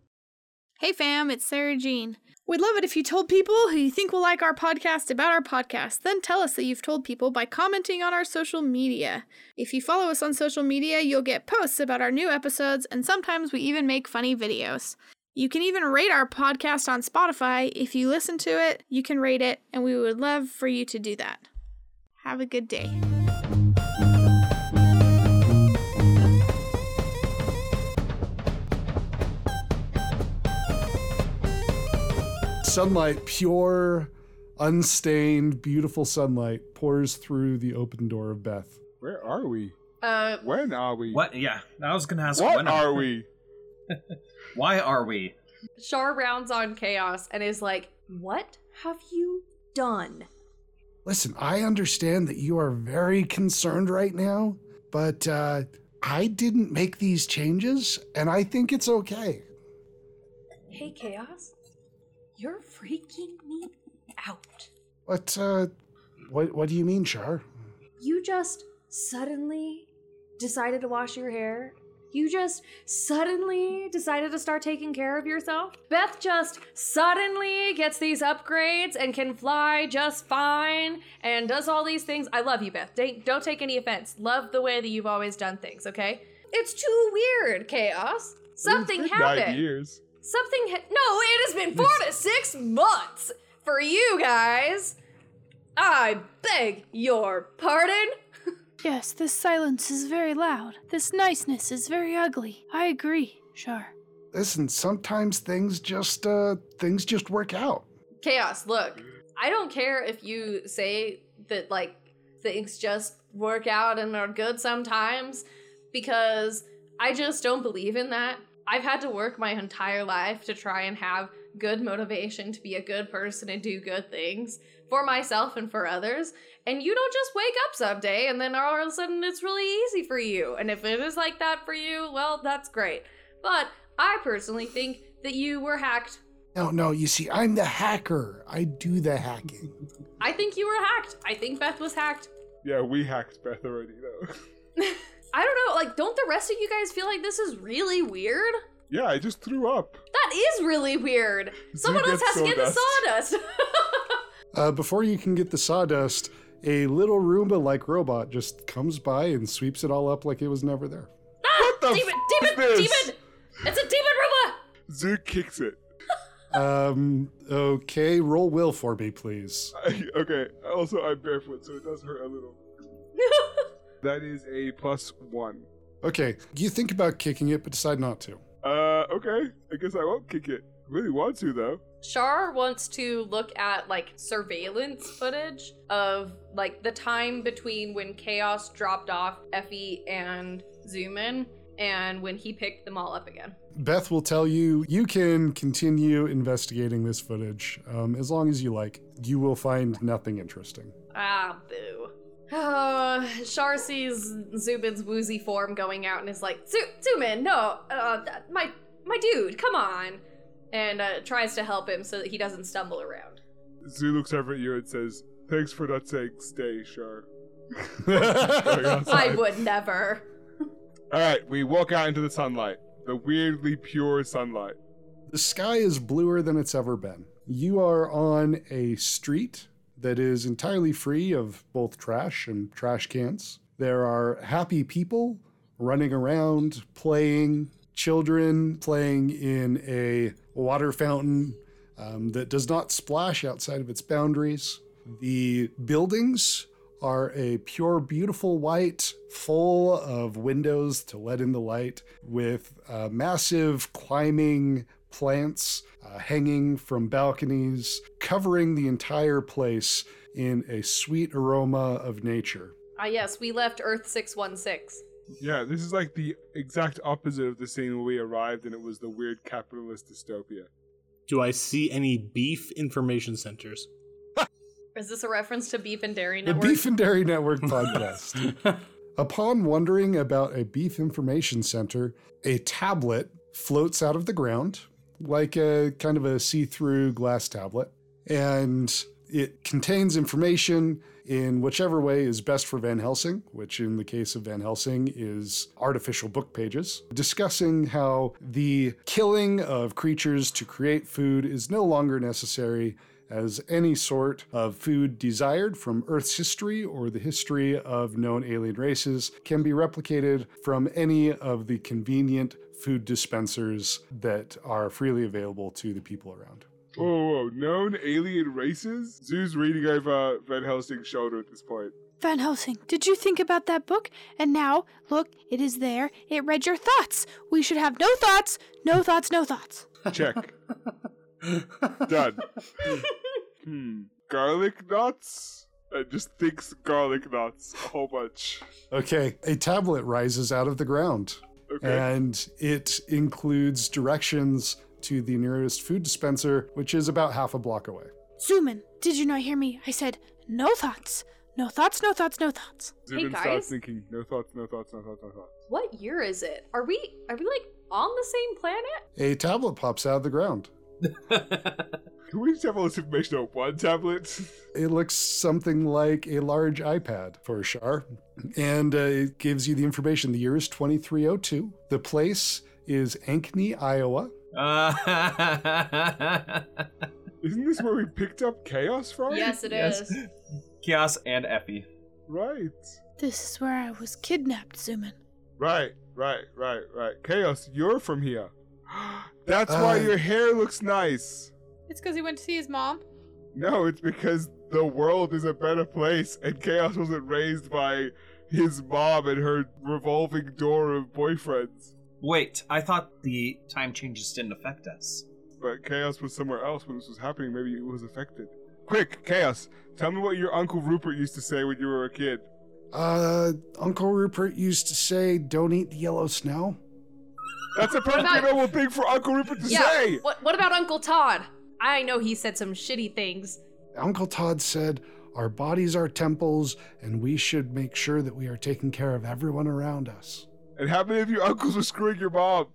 [SPEAKER 10] Hey fam, it's Sarah Jean. We'd love it if you told people who you think will like our podcast about our podcast. Then tell us that you've told people by commenting on our social media. If you follow us on social media, you'll get posts about our new episodes, and sometimes we even make funny videos. You can even rate our podcast on Spotify. If you listen to it, you can rate it, and we would love for you to do that. Have a good day.
[SPEAKER 2] Sunlight, pure, unstained, beautiful sunlight pours through the open door of Beth.
[SPEAKER 5] Where are we?
[SPEAKER 3] Uh,
[SPEAKER 5] When are we?
[SPEAKER 6] What? Yeah, I was gonna ask.
[SPEAKER 5] What
[SPEAKER 6] when
[SPEAKER 5] are we?
[SPEAKER 6] Why are we?
[SPEAKER 3] Char rounds on chaos and is like, "What have you done?"
[SPEAKER 2] Listen, I understand that you are very concerned right now, but uh, I didn't make these changes, and I think it's okay.
[SPEAKER 3] Hey, chaos, you're freaking me out.
[SPEAKER 2] But uh, what what do you mean, Char?
[SPEAKER 3] You just suddenly decided to wash your hair. You just suddenly decided to start taking care of yourself. Beth just suddenly gets these upgrades and can fly just fine and does all these things. I love you, Beth. Don't don't take any offense. Love the way that you've always done things, okay? It's too weird, chaos. Something
[SPEAKER 5] It's been Nine
[SPEAKER 3] happened.
[SPEAKER 5] years.
[SPEAKER 3] Something ha- No, it has been 4 to 6 months for you guys. I beg your pardon.
[SPEAKER 10] Yes, this silence is very loud. This niceness is very ugly. I agree, Char.
[SPEAKER 2] Listen, sometimes things just uh, things just work out.
[SPEAKER 3] Chaos, look. I don't care if you say that like things just work out and are good sometimes because I just don't believe in that. I've had to work my entire life to try and have good motivation to be a good person and do good things for myself and for others. And you don't just wake up someday and then all of a sudden it's really easy for you. And if it is like that for you, well, that's great. But I personally think that you were hacked
[SPEAKER 2] No, no, you see, I'm the hacker. I do the hacking.
[SPEAKER 3] I think you were hacked. I think Beth was hacked.
[SPEAKER 5] Yeah, we hacked Beth already though.
[SPEAKER 3] I don't know, like, don't the rest of you guys feel like this is really weird?
[SPEAKER 5] yeah, I just threw up.
[SPEAKER 3] That is really weird. Someone else
[SPEAKER 5] gets
[SPEAKER 3] has to get the sawdust.
[SPEAKER 2] Uh, before you can get the sawdust, a little Roomba-like robot just comes by and sweeps it all up like it was never there.
[SPEAKER 5] What the
[SPEAKER 3] Ah, demon,
[SPEAKER 5] f-
[SPEAKER 3] demon,
[SPEAKER 5] is this?
[SPEAKER 3] demon! It's a demon robot!
[SPEAKER 5] Zoo kicks it.
[SPEAKER 2] Um, okay, roll will for me, please.
[SPEAKER 5] I, okay. Also, I'm barefoot, so it does hurt a little. That is a plus one.
[SPEAKER 2] Okay, you think about kicking it, but decide not to.
[SPEAKER 5] Uh, okay. I guess I won't kick it. Really want to though.
[SPEAKER 3] Char wants to look at like surveillance footage of like the time between when Chaos dropped off Effie and Zoomin and when he picked them all up again.
[SPEAKER 2] Beth will tell you you can continue investigating this footage um, as long as you like. You will find nothing interesting.
[SPEAKER 3] Ah, boo. Oh, Char sees Zubin's woozy form going out and is like, "Zu- Zubin, no, uh, th- my my dude, come on, and uh, tries to help him so that he doesn't stumble around.
[SPEAKER 5] Zoo looks over at you and says, "Thanks for not saying stay, Char."
[SPEAKER 3] I would never.
[SPEAKER 5] All right, we walk out into the sunlight, the weirdly pure sunlight.
[SPEAKER 2] The sky is bluer than it's ever been. You are on a street that is entirely free of both trash and trash cans. There are happy people running around, playing, children playing in a water fountain um, that does not splash outside of its boundaries. The buildings are a pure, beautiful white, full of windows to let in the light, with uh, massive climbing plants uh, hanging from balconies, covering the entire place in a sweet aroma of nature.
[SPEAKER 3] Ah, yes, we left Earth six one six.
[SPEAKER 5] Yeah, this is like the exact opposite of the scene where we arrived, and it was the weird capitalist dystopia.
[SPEAKER 9] Do I see any beef information centers?
[SPEAKER 3] Is this a reference to Beef and Dairy
[SPEAKER 2] The
[SPEAKER 3] Network?
[SPEAKER 2] Beef and Dairy Network podcast. Upon wondering about a beef information center, a tablet floats out of the ground, like a kind of a see through glass tablet, and it contains information in whichever way is best for Van Helsing, which in the case of Van Helsing is artificial book pages, discussing how the killing of creatures to create food is no longer necessary as any sort of food desired from Earth's history or the history of known alien races can be replicated from any of the convenient food dispensers that are freely available to the people around.
[SPEAKER 5] Whoa, whoa, known alien races? Zoo's reading over Van Helsing's shoulder at this point.
[SPEAKER 10] Van Helsing, did you think about that book? And now, look, it is there. It read your thoughts. We should have no thoughts, no thoughts, no thoughts.
[SPEAKER 5] Check. Done. hmm. Garlic nuts? I just thinks garlic nuts a whole bunch.
[SPEAKER 2] Okay, a tablet rises out of the ground.
[SPEAKER 5] Okay.
[SPEAKER 2] And it includes directions to the nearest food dispenser, which is about half a block away.
[SPEAKER 10] Zoomin, did you not hear me? I said, no thoughts, no thoughts, no thoughts, no thoughts.
[SPEAKER 5] Zoom
[SPEAKER 3] Hey,
[SPEAKER 5] and start
[SPEAKER 3] guys.
[SPEAKER 5] thinking. No thoughts, no thoughts, no thoughts, no thoughts.
[SPEAKER 3] What year is it? Are we are we like on the same planet?
[SPEAKER 2] A tablet pops out of the ground.
[SPEAKER 5] Can we just have all this information on one tablet?
[SPEAKER 2] It looks something like a large iPad for Shar, and uh, it gives you the information. The year is 2302. The place is Ankeny, Iowa.
[SPEAKER 6] Uh,
[SPEAKER 5] Isn't this where we picked up chaos from?
[SPEAKER 3] Yes, it is.
[SPEAKER 6] Yes. Chaos and Effie.
[SPEAKER 5] Right.
[SPEAKER 10] This is where I was kidnapped, Zoomin.
[SPEAKER 5] Right, right, right, right. Chaos, you're from here. That's why
[SPEAKER 2] Uh.
[SPEAKER 5] your hair looks nice.
[SPEAKER 10] It's because he went to see his mom.
[SPEAKER 5] No, it's because the world is a better place and Chaos wasn't raised by his mom and her revolving door of boyfriends.
[SPEAKER 6] Wait, I thought the time changes didn't affect us.
[SPEAKER 5] But Chaos was somewhere else when this was happening. Maybe it was affected. Quick, Chaos, tell me what your Uncle Rupert used to say when you were a kid.
[SPEAKER 2] Uh, Uncle Rupert used to say, "Don't eat the yellow snow."
[SPEAKER 5] That's a perfectly
[SPEAKER 3] about-
[SPEAKER 5] normal thing for Uncle Rupert to say!
[SPEAKER 3] What what about Uncle Todd? I know he said some shitty things.
[SPEAKER 2] Uncle Todd said, "Our bodies are temples, and we should make sure that we are taking care of everyone around us."
[SPEAKER 5] And how many of your uncles were screwing your mom?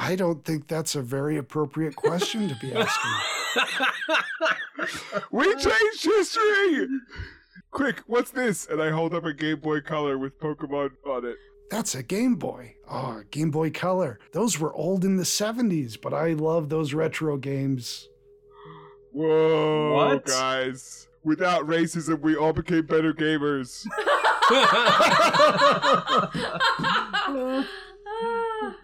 [SPEAKER 2] I don't think that's a very appropriate question to be asking.
[SPEAKER 5] We changed history! Quick, what's this? And I hold up a Game Boy Color with Pokemon on it.
[SPEAKER 2] That's a Game Boy. Oh, Game Boy Color. Those were old in the 70s, but I love those retro games.
[SPEAKER 5] Whoa,
[SPEAKER 6] What?
[SPEAKER 5] guys. Without racism, we all became better gamers.
[SPEAKER 3] Ah.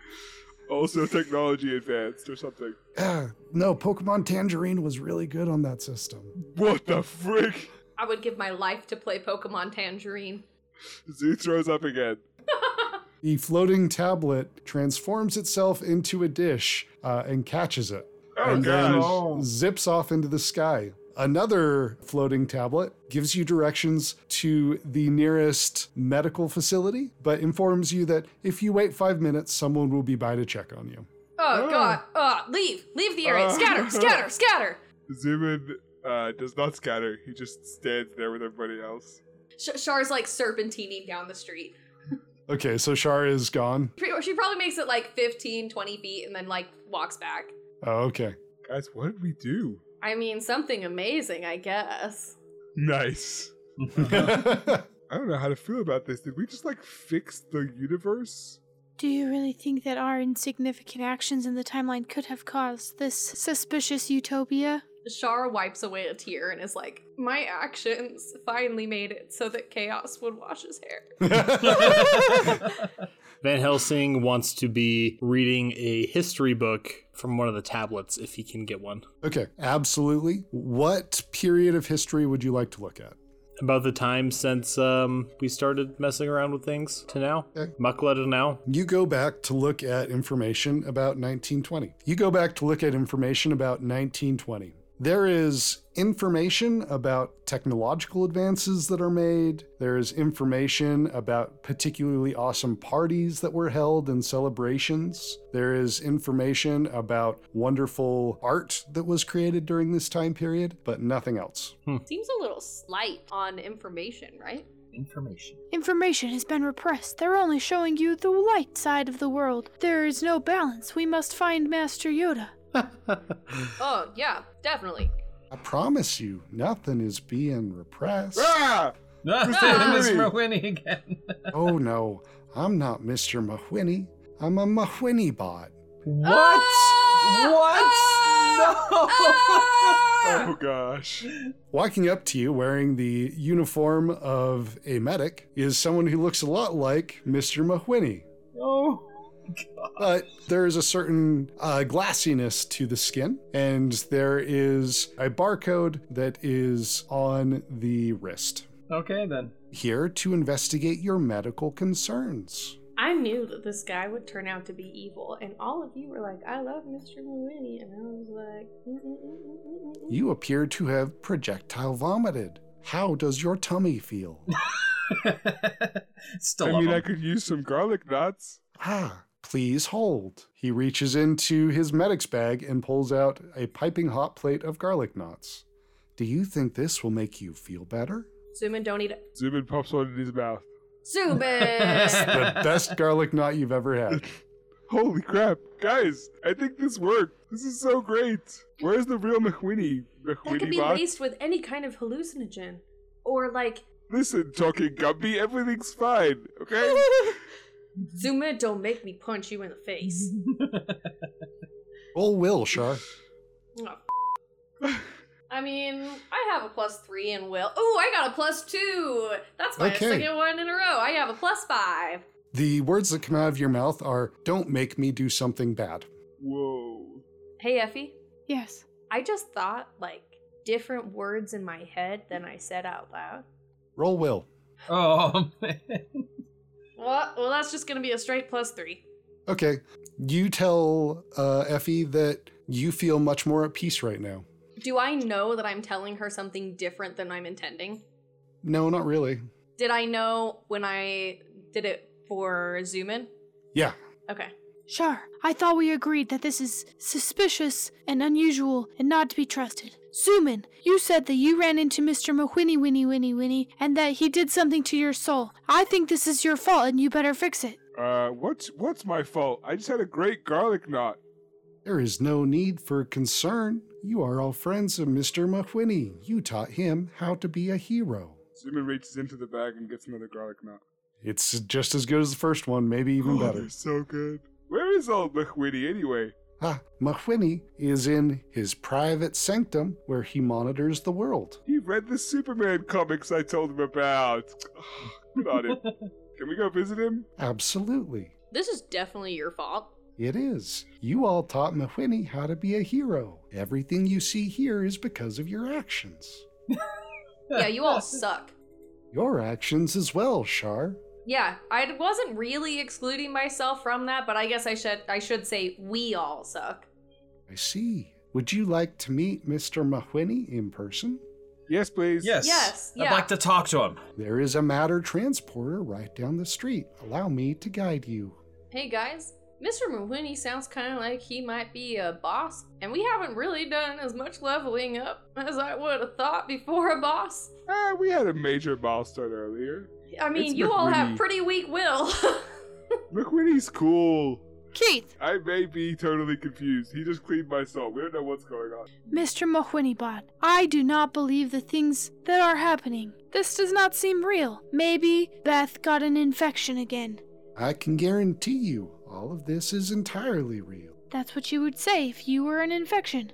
[SPEAKER 5] also, technology advanced or something.
[SPEAKER 2] Ah, no, Pokemon Tangerine was really good on that system.
[SPEAKER 5] What the frick?
[SPEAKER 3] I would give my life to play Pokemon Tangerine.
[SPEAKER 5] Zoo throws up again.
[SPEAKER 2] The floating tablet transforms itself into a dish uh, and catches it,
[SPEAKER 5] Oh,
[SPEAKER 2] and then
[SPEAKER 5] gosh.
[SPEAKER 2] zips off into the sky. Another floating tablet gives you directions to the nearest medical facility, but informs you that if you wait five minutes, someone will be by to check on you.
[SPEAKER 3] Oh
[SPEAKER 6] Ah.
[SPEAKER 5] Oh.
[SPEAKER 3] god. Oh, leave. Leave the area.
[SPEAKER 5] Ah.
[SPEAKER 3] Scatter, scatter, scatter.
[SPEAKER 5] Zuman uh, does not scatter. He just stands there with everybody else.
[SPEAKER 3] Sh- Char's like serpentining down the street.
[SPEAKER 2] Okay, so Shar is gone.
[SPEAKER 3] Pre- or She probably makes it like 15, 20 feet and then like walks back.
[SPEAKER 2] Oh, okay.
[SPEAKER 5] Guys, what did we do?
[SPEAKER 3] I mean, something amazing, I guess.
[SPEAKER 5] Nice. I don't know how to feel about this. Did we just like fix the universe?
[SPEAKER 10] Do you really think that our insignificant actions in the timeline could have caused this suspicious utopia?
[SPEAKER 3] Shar wipes away a tear and is like, My actions finally made it so that Chaos would wash his hair.
[SPEAKER 9] Van Helsing wants to be reading a history book from one of the tablets if he can get one.
[SPEAKER 2] okay, absolutely. What period of history would you like to look at?
[SPEAKER 9] About the time since um, we started messing around with things to now.
[SPEAKER 2] Okay.
[SPEAKER 9] Mukla to now.
[SPEAKER 2] You go back to look at information about 1920. You go back to look at information about 1920. There is information about technological advances that are made. There is information about particularly awesome parties that were held and celebrations. There is information about wonderful art that was created during this time period, but nothing else.
[SPEAKER 6] Hmm.
[SPEAKER 3] Seems a little slight on information, right?
[SPEAKER 6] Information.
[SPEAKER 10] Information has been repressed. They're only showing you the light side of the world. There is no balance. We must find Master Yoda.
[SPEAKER 3] Oh, yeah, definitely.
[SPEAKER 2] I promise you, nothing is being repressed.
[SPEAKER 5] Ah!
[SPEAKER 6] Miss Rowini again.
[SPEAKER 2] oh no, I'm not Mr. Mahwinny. I'm a Mahwinny bot.
[SPEAKER 5] Ah!
[SPEAKER 3] Ah!
[SPEAKER 6] What? what? no!
[SPEAKER 5] Oh gosh.
[SPEAKER 2] Walking up to you wearing the uniform of a medic is someone who looks a lot like Mr. Mahwini.
[SPEAKER 6] Oh.
[SPEAKER 2] But there is a certain uh, glassiness to the skin, and there is a barcode that is on the wrist.
[SPEAKER 6] Okay then.
[SPEAKER 2] Here to investigate your medical concerns.
[SPEAKER 3] I knew that this guy would turn out to be evil, and all of you were like, I love Mr. Mulini. And I was like, "Mm, mm, mm, mm, mm, mm."
[SPEAKER 2] You appear to have projectile vomited. How does your tummy feel?
[SPEAKER 6] Still
[SPEAKER 5] I
[SPEAKER 6] love
[SPEAKER 5] mean, I
[SPEAKER 6] him.
[SPEAKER 5] could use some garlic nuts.
[SPEAKER 2] ah, please hold. He reaches into his medic's bag and pulls out a piping hot plate of garlic knots. Do you think this will make you feel better?
[SPEAKER 3] Zubin, don't eat it.
[SPEAKER 5] Zubin pops one in his mouth.
[SPEAKER 3] Zubin!
[SPEAKER 2] The best garlic knot you've ever had.
[SPEAKER 5] Holy crap, guys! I think this worked. This is so great. Where's the real McWinnie?
[SPEAKER 3] that could
[SPEAKER 5] McWinnie
[SPEAKER 3] be
[SPEAKER 5] box.
[SPEAKER 3] laced with any kind of hallucinogen. Or like,
[SPEAKER 5] Listen, talking Gumby, everything's fine. Okay.
[SPEAKER 3] Zuma, don't make me punch you in the face.
[SPEAKER 2] Roll will, Shar.
[SPEAKER 3] Oh, f- I mean, I have a plus three in will. Oh, I got a plus two. That's my
[SPEAKER 2] Okay.
[SPEAKER 3] second one in a row. I have a plus five.
[SPEAKER 2] The words that come out of your mouth are don't make me do something bad.
[SPEAKER 5] Whoa.
[SPEAKER 3] Hey, Effie.
[SPEAKER 10] Yes.
[SPEAKER 3] I just thought like different words in my head than I said out loud.
[SPEAKER 2] Roll will.
[SPEAKER 6] Oh man.
[SPEAKER 3] Well, well, that's just gonna be a straight plus three.
[SPEAKER 2] Okay. You tell uh, Effie that you feel much more at peace right now.
[SPEAKER 3] Do I know that I'm telling her something different than I'm intending?
[SPEAKER 2] No, not really.
[SPEAKER 3] Did I know when I did it for zoom in?
[SPEAKER 2] Yeah.
[SPEAKER 3] Okay.
[SPEAKER 10] Sure. I thought we agreed that this is suspicious and unusual and not to be trusted. Zoomin, you said that you ran into Mr. Mahwinny Winnie Winnie Winnie and that he did something to your soul. I think this is your fault and you better fix it.
[SPEAKER 5] Uh, what's what's my fault? I just had a great garlic knot.
[SPEAKER 2] There is no need for concern. You are all friends of Mr. Mahwinny. You taught him how to be a hero.
[SPEAKER 5] Zubin reaches into the bag and gets another garlic knot.
[SPEAKER 2] It's just as good as the first one, maybe even
[SPEAKER 5] Oh,
[SPEAKER 2] better.
[SPEAKER 5] they're so good. Where is old McWinnie anyway?
[SPEAKER 2] Ah, Mahwinny is in his private sanctum where he monitors the world.
[SPEAKER 5] He read the Superman comics I told him about. Good on him. Can we go visit him?
[SPEAKER 2] Absolutely.
[SPEAKER 3] This is definitely your fault.
[SPEAKER 2] It is. You all taught Mahwini how to be a hero. Everything you see here is because of your actions.
[SPEAKER 3] Yeah, you all suck.
[SPEAKER 2] Your actions as well, Shar.
[SPEAKER 3] Yeah, I wasn't really excluding myself from that, but I guess I should I should say we all suck.
[SPEAKER 2] I see. Would you like to meet Mr. Mahwini in person?
[SPEAKER 5] Yes, please.
[SPEAKER 6] Yes.
[SPEAKER 3] Yes,
[SPEAKER 6] I'd
[SPEAKER 3] yeah.
[SPEAKER 6] like to talk to him.
[SPEAKER 2] There is a matter transporter right down the street. Allow me to guide you.
[SPEAKER 3] Hey guys, Mr. Mahwini sounds kind of like he might be a boss, and we haven't really done as much leveling up as I would have thought before a boss.
[SPEAKER 5] Ah, we had a major milestone earlier.
[SPEAKER 3] I mean,
[SPEAKER 5] It's
[SPEAKER 3] you all have
[SPEAKER 5] McWhinnie.
[SPEAKER 3] pretty weak will.
[SPEAKER 5] McWinnie's cool.
[SPEAKER 10] Keith,
[SPEAKER 5] I may be totally confused. He just cleaned my soul. We don't know what's going on.
[SPEAKER 10] Mr. Mohwinibot, I do not believe the things that are happening. This does not seem real. Maybe Beth got an infection again.
[SPEAKER 2] I can guarantee you all of this is entirely real.
[SPEAKER 10] That's what you would say if you were an infection.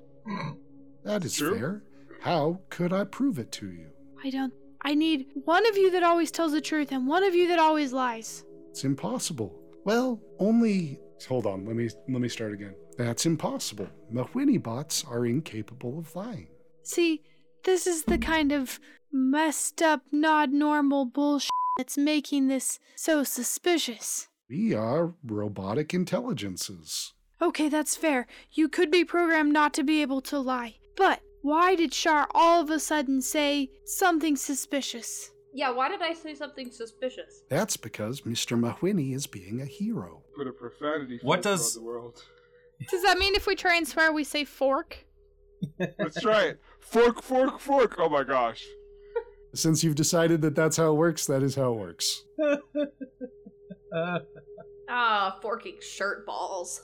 [SPEAKER 2] That is
[SPEAKER 5] True.
[SPEAKER 2] fair. How could I prove it to you?
[SPEAKER 10] I don't. I need one of you that always tells the truth and one of you that always lies.
[SPEAKER 2] It's impossible. Well, only hold on. Let me let me start again. That's impossible. Mahwini bots are incapable of lying.
[SPEAKER 10] See, this is the kind of messed up, not normal bullshit that's making this so suspicious.
[SPEAKER 2] We are robotic intelligences.
[SPEAKER 10] Okay, that's fair. You could be programmed not to be able to lie. But why did Shar all of a sudden say something suspicious?
[SPEAKER 3] yeah, why did I say something suspicious?
[SPEAKER 2] That's because Mr. Mahwini is being a hero.
[SPEAKER 5] Put a profanity
[SPEAKER 8] What
[SPEAKER 5] filter on
[SPEAKER 8] does-
[SPEAKER 5] the world.
[SPEAKER 10] Does that mean if we try and swear we say fork?
[SPEAKER 5] Let's try it. Fork, fork, fork. Oh my gosh.
[SPEAKER 2] Since you've decided that that's how it works, that is how it works.
[SPEAKER 6] Uh,
[SPEAKER 3] Ah, forking shirt balls.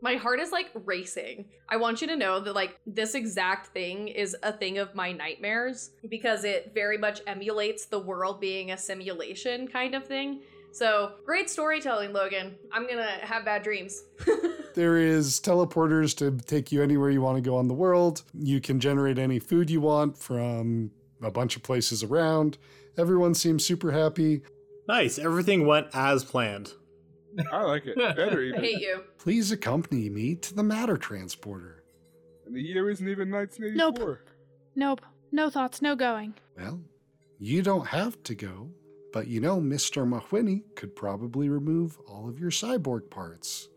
[SPEAKER 3] my heart is like racing. I want you to know that like this exact thing is a thing of my nightmares because it very much emulates the world being a simulation kind of thing. So, great storytelling, Logan. I'm going to have bad dreams.
[SPEAKER 2] There is teleporters to take you anywhere you want to go on the world. You can generate any food you want from a bunch of places around. Everyone seems super happy.
[SPEAKER 9] Nice. Everything went as planned.
[SPEAKER 5] I like it. Better even.
[SPEAKER 3] I hate you.
[SPEAKER 2] Please accompany me to the matter transporter.
[SPEAKER 5] And the year isn't even 1984.
[SPEAKER 10] Nope. No thoughts, no going.
[SPEAKER 2] Well, you don't have to go, but you know, Mr. Mahwini could probably remove all of your cyborg parts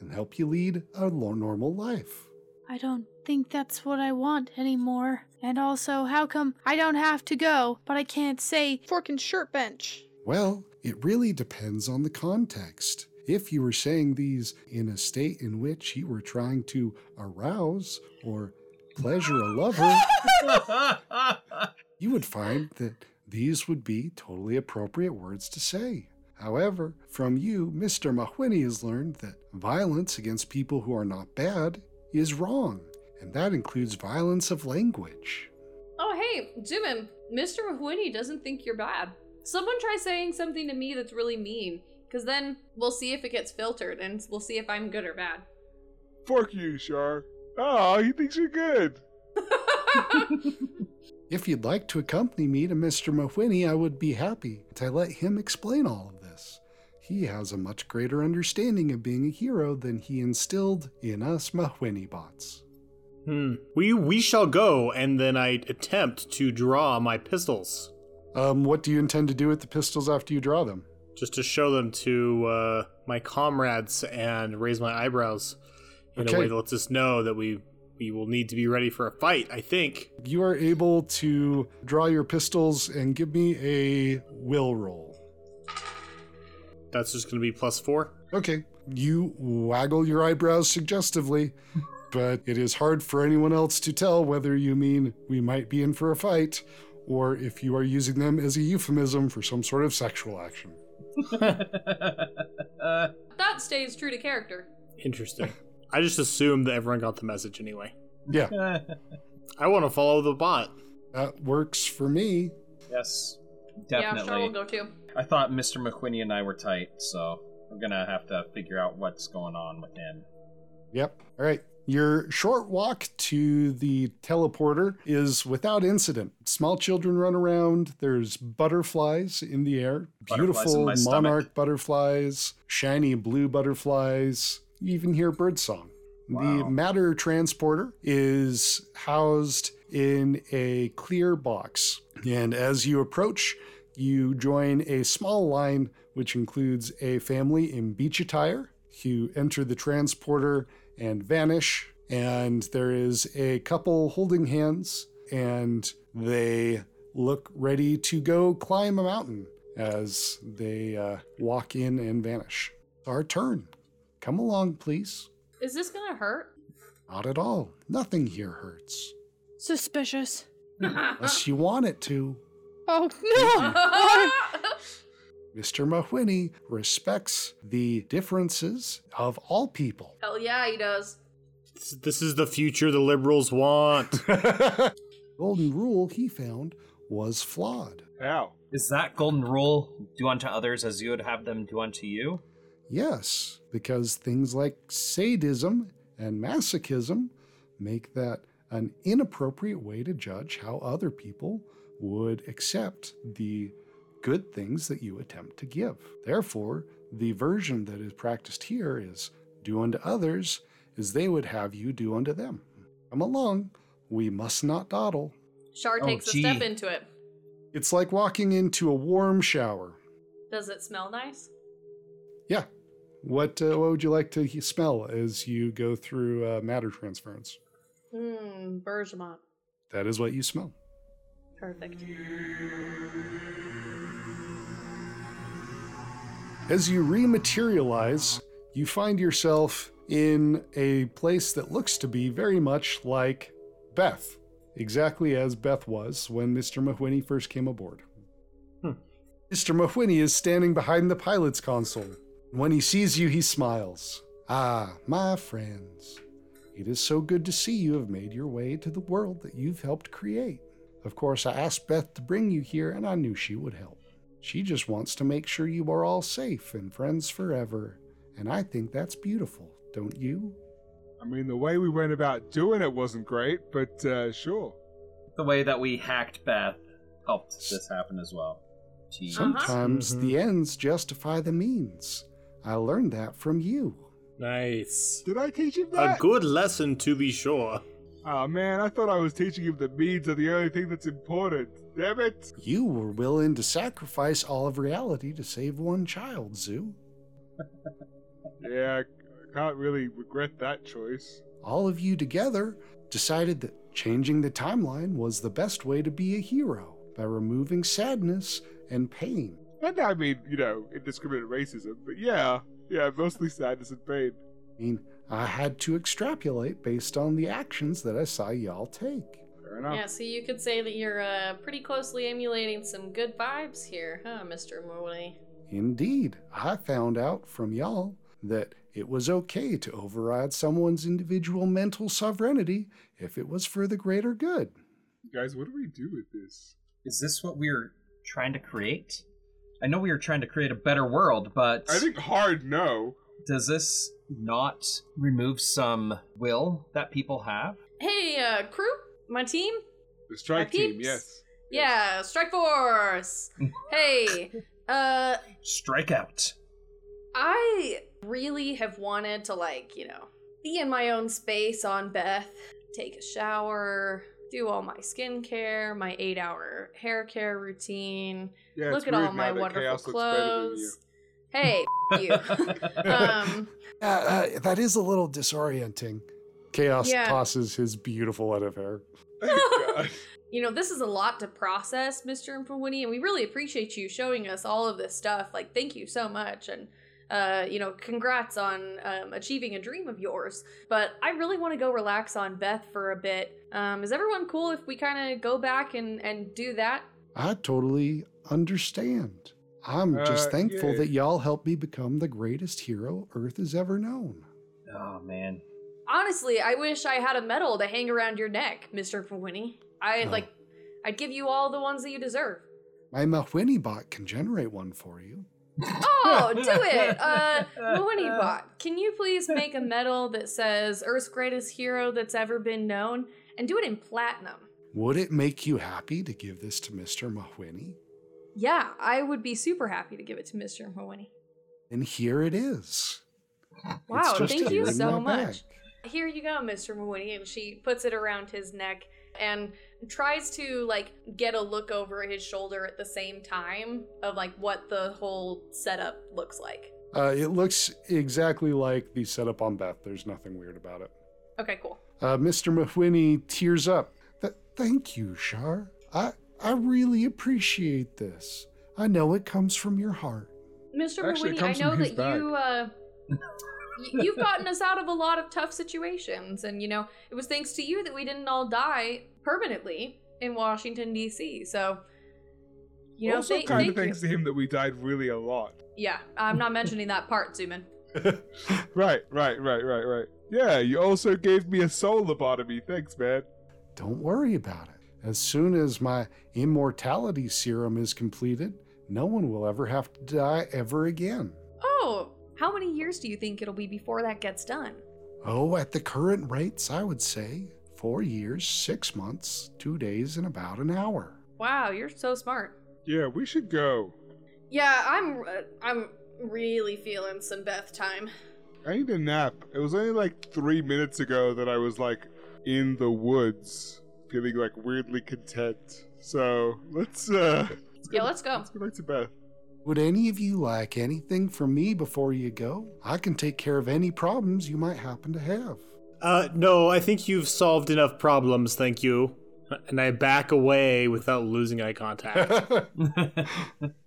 [SPEAKER 2] and help you lead a lo- normal life.
[SPEAKER 10] I don't think that's what I want anymore. And also, how come I don't have to go, but I can't say forkin' shirt bench?
[SPEAKER 2] Well, it really depends on the context. If you were saying these in a state in which you were trying to arouse or pleasure a lover, you would find that these would be totally appropriate words to say. However, from you, Mr. Mahwini has learned that violence against people who are not bad is wrong, and that includes violence of language.
[SPEAKER 3] Oh, hey, Jimin, Mr. Mahwini doesn't think you're bad. Someone try saying something to me that's really mean, because then we'll see if it gets filtered and we'll see if I'm good or bad.
[SPEAKER 5] Fuck you, Char. Oh, he thinks you're good.
[SPEAKER 2] If you'd like to accompany me to Mr. Mahwini, I would be happy to let him explain all of this. He has a much greater understanding of being a hero than he instilled in us Mahwini bots.
[SPEAKER 9] Hmm. We we shall go, and then I attempt to draw my pistols
[SPEAKER 2] Um, what do you intend to do with the pistols after you draw them?
[SPEAKER 9] just to show them to uh, my comrades and raise my eyebrows in
[SPEAKER 2] Okay.
[SPEAKER 9] a way that lets us know that we we will need to be ready for a fight. I think.
[SPEAKER 2] You are able to draw your pistols and give me a will roll.
[SPEAKER 9] That's just going to be plus four.
[SPEAKER 2] Okay. You waggle your eyebrows suggestively, but it is hard for anyone else to tell whether you mean we might be in for a fight or if you are using them as a euphemism for some sort of sexual action.
[SPEAKER 3] That stays true to character.
[SPEAKER 9] Interesting. I just assumed that everyone got the message anyway.
[SPEAKER 2] Yeah,
[SPEAKER 9] I want to follow the bot.
[SPEAKER 2] that works for me.
[SPEAKER 6] yes,
[SPEAKER 3] Yeah, Char
[SPEAKER 6] definitely.
[SPEAKER 3] will go too.
[SPEAKER 6] I thought Mr. McQuinney and I were tight, so we're gonna have to figure out what's going on with him.
[SPEAKER 2] Yep. All right. Your short walk to the teleporter is without incident. Small children run around. There's butterflies in the air.
[SPEAKER 6] Butterflies in
[SPEAKER 2] Beautiful
[SPEAKER 6] my
[SPEAKER 2] monarch
[SPEAKER 6] stomach.
[SPEAKER 2] butterflies, shiny blue butterflies. You even hear birdsong. The
[SPEAKER 6] Wow.
[SPEAKER 2] matter transporter is housed in a clear box. And as you approach, you join a small line which includes a family in beach attire who enter the transporter and vanish. And there is a couple holding hands and they look ready to go climb a mountain as they uh, walk in and vanish. Our turn. Come along, please.
[SPEAKER 3] Is this gonna hurt?
[SPEAKER 2] Not at all. Nothing here hurts.
[SPEAKER 10] Suspicious.
[SPEAKER 2] Unless you want it to.
[SPEAKER 10] Oh no!
[SPEAKER 2] Mr. Mahwini respects the differences of all people.
[SPEAKER 3] Hell yeah, he does.
[SPEAKER 9] This, this is the future the liberals want.
[SPEAKER 2] Golden rule he found was flawed.
[SPEAKER 5] Ow.
[SPEAKER 6] Is that golden rule? Do unto others as you would have them do unto you?
[SPEAKER 2] Yes, because things like sadism and masochism make that an inappropriate way to judge how other people would accept the good things that you attempt to give. Therefore, the version that is practiced here is do unto others as they would have you do unto them. Come along, we must not dawdle.
[SPEAKER 3] Char
[SPEAKER 6] Oh,
[SPEAKER 3] takes
[SPEAKER 6] gee.
[SPEAKER 3] a step into it.
[SPEAKER 2] It's like walking into a warm shower.
[SPEAKER 3] Does it smell nice?
[SPEAKER 2] Yeah. What uh, what would you like to he- smell as you go through uh, matter transference?
[SPEAKER 3] Mmm, Bergamot.
[SPEAKER 2] That is what you smell.
[SPEAKER 3] Perfect.
[SPEAKER 6] Hmm,
[SPEAKER 2] As you rematerialize, you find yourself in a place that looks to be very much like Beth, exactly as Beth was when Mr. Mahwini first came aboard. Mr. Mahwini is standing behind the pilot's console. When he sees you, he smiles. Ah, my friends, it is so good to see you have made your way to the world that you've helped create. Of course, I asked Beth to bring you here, and I knew she would help. She just wants to make sure you are all safe and friends forever, and I think that's beautiful. don't you?
[SPEAKER 5] I mean, the way we went about doing it wasn't great, but uh, sure.
[SPEAKER 6] The way that we hacked Beth helped this happen as well. Jeez.
[SPEAKER 2] Uh-huh. Sometimes the ends justify the means. I learned that from you.
[SPEAKER 9] Nice.
[SPEAKER 5] Did I teach him
[SPEAKER 9] A
[SPEAKER 5] that?
[SPEAKER 9] good lesson to be sure.
[SPEAKER 5] Oh man, I thought I was teaching him the means are the only thing that's important. Damn it!
[SPEAKER 2] You were willing to sacrifice all of reality to save one child, Zoo.
[SPEAKER 5] Yeah, I can't really regret that choice.
[SPEAKER 2] All of you together decided that changing the timeline was the best way to be a hero by removing sadness and pain.
[SPEAKER 5] And I mean, you know, indiscriminate racism, but yeah, yeah, mostly sadness and pain.
[SPEAKER 2] I mean, I had to extrapolate based on the actions that I saw y'all take.
[SPEAKER 5] Fair enough.
[SPEAKER 3] Yeah, so you could say that you're uh, pretty closely emulating some good vibes here, huh, Mr. Mooney?
[SPEAKER 2] Indeed, I found out from y'all that it was okay to override someone's individual mental sovereignty if it was for the greater good.
[SPEAKER 5] Guys, what do we do with this?
[SPEAKER 6] Is this what we were trying to create? I know we were trying to create a better world, but
[SPEAKER 5] I think hard no.
[SPEAKER 6] does this not remove some will that people have?
[SPEAKER 3] Hey, uh, crew? My team?
[SPEAKER 5] The strike
[SPEAKER 3] Our
[SPEAKER 5] team,
[SPEAKER 3] peeps?
[SPEAKER 5] yes.
[SPEAKER 3] Yeah, Strike Force! hey, uh,
[SPEAKER 6] Strike out.
[SPEAKER 3] I really have wanted to, like, you know, be in my own space on Beth, take a shower, do all my skincare, my eight hour hair care routine,
[SPEAKER 5] Yeah, it's
[SPEAKER 3] look at
[SPEAKER 5] weird
[SPEAKER 3] all my
[SPEAKER 5] now that
[SPEAKER 3] wonderful
[SPEAKER 5] chaos looks better than you.
[SPEAKER 3] clothes. Hey, f- you.
[SPEAKER 6] Oh,
[SPEAKER 3] um,
[SPEAKER 2] Uh, uh, that is a little disorienting. Chaos
[SPEAKER 3] Yeah.
[SPEAKER 2] tosses his beautiful head of hair.
[SPEAKER 5] Thank God.
[SPEAKER 3] you know, this is a lot to process, Mr. Infowini, and we really appreciate you showing us all of this stuff. Like, thank you so much. And, uh, you know, congrats on um, achieving a dream of yours. But I really want to go relax on Beth for a bit. Um, is everyone cool if we kind of go back and, and do that?
[SPEAKER 2] I totally understand. I'm just
[SPEAKER 5] Uh,
[SPEAKER 2] thankful
[SPEAKER 5] yeah.
[SPEAKER 2] that y'all helped me become the greatest hero Earth has ever known.
[SPEAKER 6] Oh man.
[SPEAKER 3] Honestly, I wish I had a medal to hang around your neck, Mr. Infowini. I,
[SPEAKER 2] Oh.
[SPEAKER 3] like, I'd give you all the ones that you deserve.
[SPEAKER 2] My Mahwini bot can generate one for you.
[SPEAKER 3] Oh, do it! Uh, Moonibot, can you please make a medal that says Earth's greatest hero that's ever been known and do it in platinum?
[SPEAKER 2] Would it make you happy to give this to Mr. Mahwini?
[SPEAKER 3] Yeah, I would be super happy to give it to Mr. Mahoney.
[SPEAKER 2] And here it is.
[SPEAKER 3] Wow,
[SPEAKER 2] It's just
[SPEAKER 3] thank you
[SPEAKER 2] here in
[SPEAKER 3] so
[SPEAKER 2] my bag.
[SPEAKER 3] much. Here you go, Mr. Mahoney. And she puts it around his neck and tries to, like, get a look over his shoulder at the same time of, like, what the whole setup looks like.
[SPEAKER 2] Uh, it looks exactly like the setup on Beth. There's nothing weird about it.
[SPEAKER 3] Okay, cool.
[SPEAKER 2] Uh, Mr. Mahwini tears up. Th- thank you, Shar. I I really appreciate this. I know it comes from your heart.
[SPEAKER 3] Mr.
[SPEAKER 5] Actually, it
[SPEAKER 3] Mahoney, I
[SPEAKER 5] comes from
[SPEAKER 3] know
[SPEAKER 5] his
[SPEAKER 3] that you uh, y- you've gotten us out of a lot of tough situations, and you know it was thanks to you that we didn't all die permanently in Washington D.C. So, you know,
[SPEAKER 5] also
[SPEAKER 3] thank-
[SPEAKER 5] kind of
[SPEAKER 3] thank you.
[SPEAKER 5] thanks to him that we died really a lot.
[SPEAKER 3] Yeah, I'm not mentioning that part, Zuman.
[SPEAKER 5] Right, right, right, right, right. Yeah, you also gave me a soul lobotomy. Thanks, man.
[SPEAKER 2] Don't worry about it. As soon as my immortality serum is completed, no one will ever have to die ever again.
[SPEAKER 3] Oh, how many years do you think it'll be before that gets done?
[SPEAKER 2] Oh, at the current rates, I would say four years, six months, two days, and about an hour.
[SPEAKER 3] Wow, you're so smart.
[SPEAKER 5] Yeah, we should go.
[SPEAKER 3] Yeah, I'm uh, I'm really feeling some Beth time.
[SPEAKER 5] I need a nap. It was only like three minutes ago that I was like in the woods, feeling like weirdly content. So let's uh let's
[SPEAKER 3] Yeah, let's go.
[SPEAKER 5] Let's go back to Beth.
[SPEAKER 2] Would any of you like anything from me before you go? I can take care of any problems you might happen to have.
[SPEAKER 9] Uh, no, I think you've solved enough problems, thank you. And I back away without losing eye contact.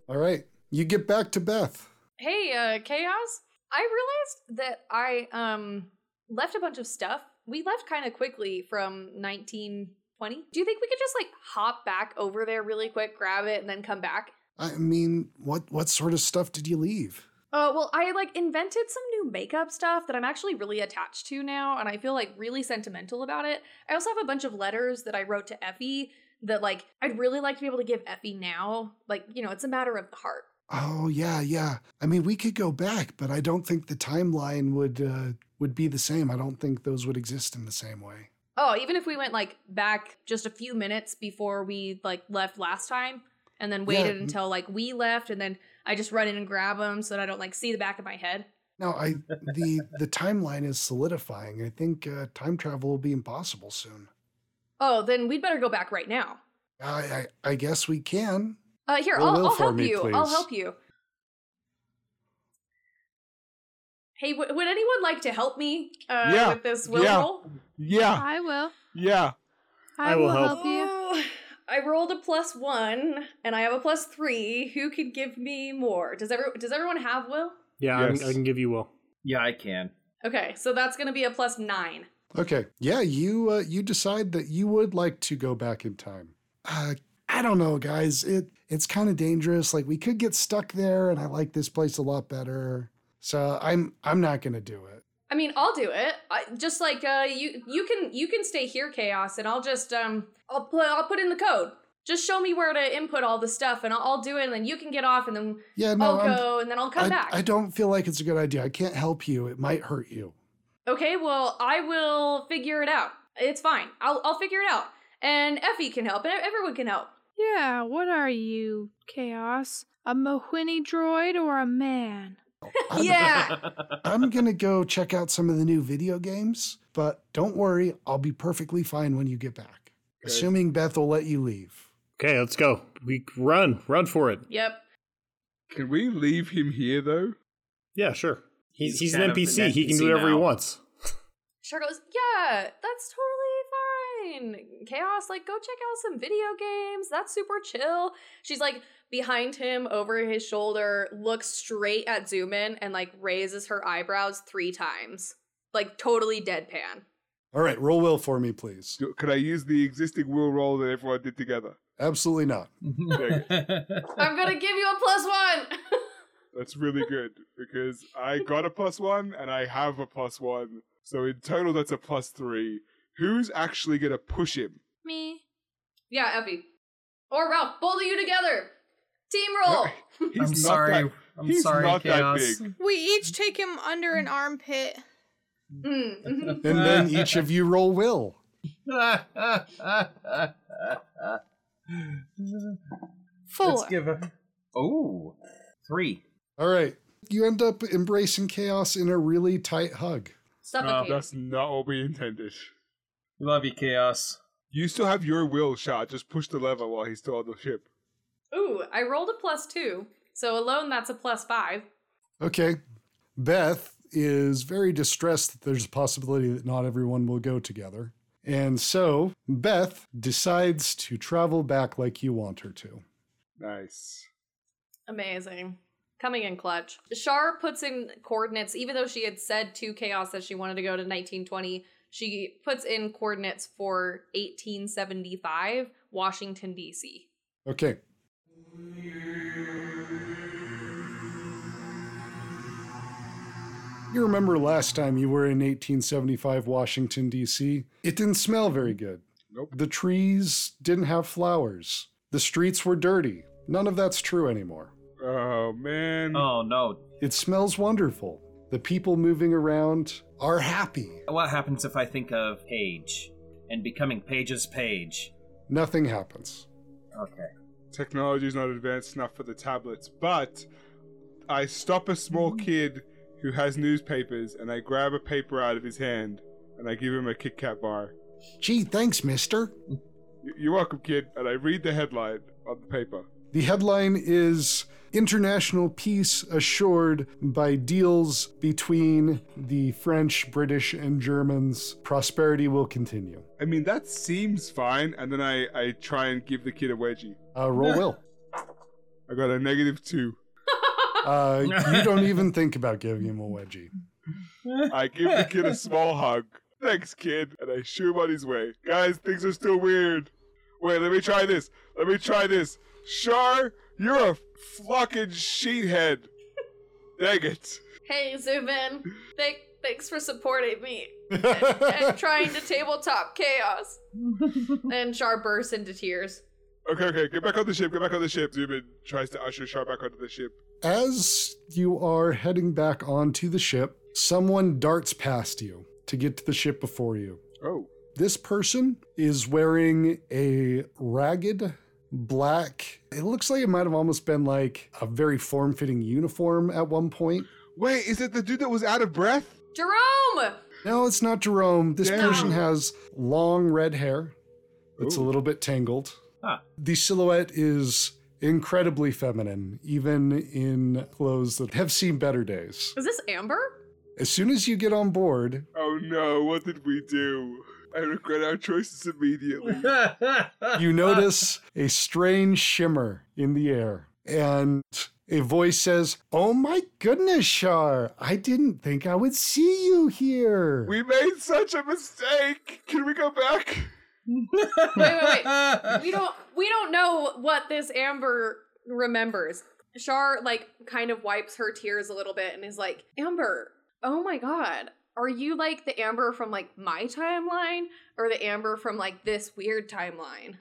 [SPEAKER 2] All right, you get back to Beth.
[SPEAKER 3] Hey, uh, Chaos. I realized that I um left a bunch of stuff. We left kind of quickly from 1920. Do you think we could just like hop back over there really quick, grab it, and then come back?
[SPEAKER 2] I mean, what what sort of stuff did you leave?
[SPEAKER 3] Uh, well, I like invented some new makeup stuff that I'm actually really attached to now, and I feel like really sentimental about it. I also have a bunch of letters that I wrote to Effie that like I'd really like to be able to give Effie now. Like, you know, it's a matter of the heart.
[SPEAKER 2] Oh yeah, yeah. I mean, we could go back, but I don't think the timeline would uh, would be the same. I don't think those would exist in the same way.
[SPEAKER 3] Oh, even if we went like back just a few minutes before we like left last time and then waited
[SPEAKER 2] Yeah.
[SPEAKER 3] until like we left and then I just run in and grab them so that I don't like see the back of my head.
[SPEAKER 2] No, I the the timeline is solidifying. I think uh, time travel will be impossible soon.
[SPEAKER 3] Oh, then we'd better go back right now.
[SPEAKER 2] I I, I guess we can.
[SPEAKER 3] Uh here,
[SPEAKER 2] Roll
[SPEAKER 3] I'll,
[SPEAKER 2] will
[SPEAKER 3] I'll
[SPEAKER 2] for
[SPEAKER 3] help
[SPEAKER 2] me,
[SPEAKER 3] you. I'll
[SPEAKER 2] please.
[SPEAKER 3] help you. Hey, w- would anyone like to help me uh,
[SPEAKER 5] Yeah.
[SPEAKER 3] with this will
[SPEAKER 5] Yeah.
[SPEAKER 3] roll?
[SPEAKER 5] Yeah.
[SPEAKER 10] I will.
[SPEAKER 5] Yeah.
[SPEAKER 10] I,
[SPEAKER 9] I
[SPEAKER 10] will
[SPEAKER 9] will help.
[SPEAKER 10] help you.
[SPEAKER 3] Oh, I rolled a plus one, and I have a plus three. Who could give me more? Does every does everyone have will?
[SPEAKER 9] Yeah, I, can,
[SPEAKER 5] Yes.
[SPEAKER 9] I can give you will.
[SPEAKER 6] Yeah, I can.
[SPEAKER 3] Okay, so that's gonna be a plus nine.
[SPEAKER 2] Okay. Yeah, you uh, you decide that you would like to go back in time. Uh, I don't know, guys. It it's kind of dangerous. Like we could get stuck there, and I like this place a lot better. So I'm I'm not gonna do it.
[SPEAKER 3] I mean, I'll do it. I, just like uh, you, you can you can stay here, chaos, and I'll just um, I'll put I'll put in the code. Just show me where to input all the stuff, and I'll, I'll do it. And then you can get off, and then
[SPEAKER 2] Yeah, no,
[SPEAKER 3] I'll
[SPEAKER 2] I'm,
[SPEAKER 3] Oh, go, and then I'll come
[SPEAKER 2] I,
[SPEAKER 3] back.
[SPEAKER 2] I don't feel like it's a good idea. I can't help you. It might hurt you.
[SPEAKER 3] Okay, well, I will figure it out. It's fine. I'll I'll figure it out. And Effie can help, and everyone can help.
[SPEAKER 10] Yeah, what are you, Chaos? A Mohini droid or a man?
[SPEAKER 2] I'm,
[SPEAKER 3] yeah.
[SPEAKER 2] I'm gonna go check out some of the new video games, but don't worry, I'll be perfectly fine when you get back.
[SPEAKER 5] Okay.
[SPEAKER 2] Assuming Beth will let you leave.
[SPEAKER 9] Okay, let's go. We run, run for it.
[SPEAKER 3] Yep.
[SPEAKER 5] Can we leave him here though?
[SPEAKER 9] Yeah, sure. He's,
[SPEAKER 6] He's
[SPEAKER 9] he's an
[SPEAKER 6] kind of an
[SPEAKER 9] NPC. He can do
[SPEAKER 6] NPC
[SPEAKER 9] whatever he
[SPEAKER 6] now.
[SPEAKER 9] wants.
[SPEAKER 3] Char goes, yeah, that's totally fine. Chaos, like, go check out some video games. That's super chill. She's like behind him, over his shoulder, looks straight at Zoomin and like raises her eyebrows three times. Like, totally deadpan.
[SPEAKER 2] All right, roll will for me, please.
[SPEAKER 5] Do, could I use the existing will roll that everyone did together?
[SPEAKER 2] Absolutely not.
[SPEAKER 3] I'm gonna give you a plus one.
[SPEAKER 5] That's really good because I got a plus one and I have a plus one. So in total, that's a plus three. Who's actually going to push him?
[SPEAKER 10] Me.
[SPEAKER 3] yeah, Effie. Or Ralph, both of you together. Team roll.
[SPEAKER 5] He's
[SPEAKER 6] I'm
[SPEAKER 5] not
[SPEAKER 6] sorry.
[SPEAKER 5] that-
[SPEAKER 6] I'm
[SPEAKER 5] he's
[SPEAKER 6] sorry,
[SPEAKER 5] not that
[SPEAKER 6] Chaos.
[SPEAKER 5] big.
[SPEAKER 10] We each take him under an armpit.
[SPEAKER 3] Mm, mhm.
[SPEAKER 2] And then each of you roll will.
[SPEAKER 10] Four.
[SPEAKER 6] Let's give a. Oh, three.
[SPEAKER 2] All right. You end up embracing chaos in a really tight hug.
[SPEAKER 3] Suffocate.
[SPEAKER 5] That's not what we intended.
[SPEAKER 6] Love you, Chaos.
[SPEAKER 5] You still have your will, shot. Just push the lever while he's still on the ship.
[SPEAKER 3] Ooh, I rolled a plus two. So alone, that's a plus five.
[SPEAKER 2] Okay. Beth is very distressed that there's a possibility that not everyone will go together. And so Beth decides to travel back like you want her to.
[SPEAKER 5] Nice.
[SPEAKER 3] Amazing. Coming in clutch. Shar puts in coordinates, even though she had said to Chaos that she wanted to go to 1920, she puts in coordinates for 1875, Washington, D.C.
[SPEAKER 2] Okay. You remember last time you were in 1875 Washington, D.C.? It didn't smell very good.
[SPEAKER 5] Nope.
[SPEAKER 2] The trees didn't have flowers. The streets were dirty. None of that's true anymore.
[SPEAKER 5] Oh, man.
[SPEAKER 6] Oh no.
[SPEAKER 2] It smells wonderful. The people moving around are happy.
[SPEAKER 6] What happens if I think of Paige and becoming Paige's Page?
[SPEAKER 2] Nothing happens.
[SPEAKER 6] Okay.
[SPEAKER 5] Technology's not advanced enough for the tablets, but I stop a small kid who has newspapers and I grab a paper out of his hand and I give him a Kit Kat bar.
[SPEAKER 2] Gee, thanks, mister.
[SPEAKER 5] Y- You're welcome, kid. And I read the headline on the paper.
[SPEAKER 2] The headline is International Peace Assured by Deals Between the French, British, and Germans. Prosperity will continue.
[SPEAKER 5] I mean, that seems fine. And then I, I try and give the kid a wedgie.
[SPEAKER 2] Uh, roll will.
[SPEAKER 5] I got a negative two.
[SPEAKER 2] Uh, you don't even think about giving him a wedgie.
[SPEAKER 5] I give the kid a small hug. Thanks, kid. And I shoo him on his way. Guys, things are still weird. Wait, let me try this. Let me try this. Shar, you're a fucking sheethead. Dang it.
[SPEAKER 3] Hey, Zubin. Thank, thanks for supporting me and trying to tabletop Chaos. and Shar bursts into tears.
[SPEAKER 5] Okay, okay, get back on the ship, get back on the ship. Zubin tries to usher Shar back onto the ship.
[SPEAKER 2] As you are heading back onto the ship, someone darts past you to get to the ship before you.
[SPEAKER 5] Oh.
[SPEAKER 2] This person is wearing a ragged black. It looks like it might have almost been like a very form fitting uniform at one point.
[SPEAKER 5] Wait, is it the dude that was out of breath?
[SPEAKER 3] Jerome!
[SPEAKER 2] No, it's not Jerome. This
[SPEAKER 5] Damn.
[SPEAKER 2] person has long red hair that's a
[SPEAKER 5] Ooh.
[SPEAKER 2] little bit tangled.
[SPEAKER 6] Huh.
[SPEAKER 2] The silhouette is incredibly feminine, even in clothes that have seen better days.
[SPEAKER 3] Is this Amber?
[SPEAKER 2] As soon as you get on board,
[SPEAKER 5] Oh no, what did we do? I regret our choices immediately.
[SPEAKER 2] you notice a strange shimmer in the air, and a voice says, Oh my goodness, Shar, I didn't think I would see you here.
[SPEAKER 5] we made such a mistake. Can we go back?
[SPEAKER 3] Wait, wait, wait. we don't we don't know what this Amber remembers. Shar like kind of wipes her tears a little bit and is like, Amber, oh my god. Are you like the Amber from like my timeline or the Amber from like this weird timeline?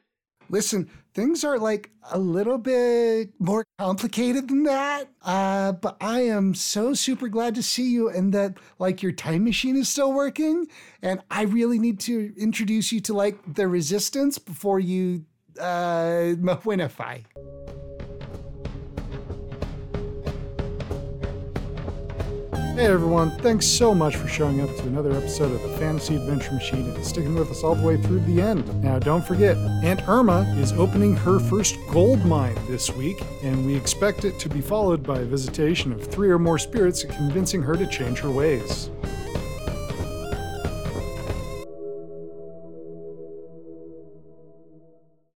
[SPEAKER 2] Listen, things are like a little bit more complicated than that. Uh, but I am so super glad to see you and that like your time machine is still working. And I really need to introduce you to like the resistance before you uh Mwinify. Hey everyone, thanks so much for showing up to another episode of the Fantasy Adventure Machine and sticking with us all the way through the end. Now, don't forget, Aunt Irma is opening her first gold mine this week, and we expect it to be followed by a visitation of three or more spirits convincing her to change her ways.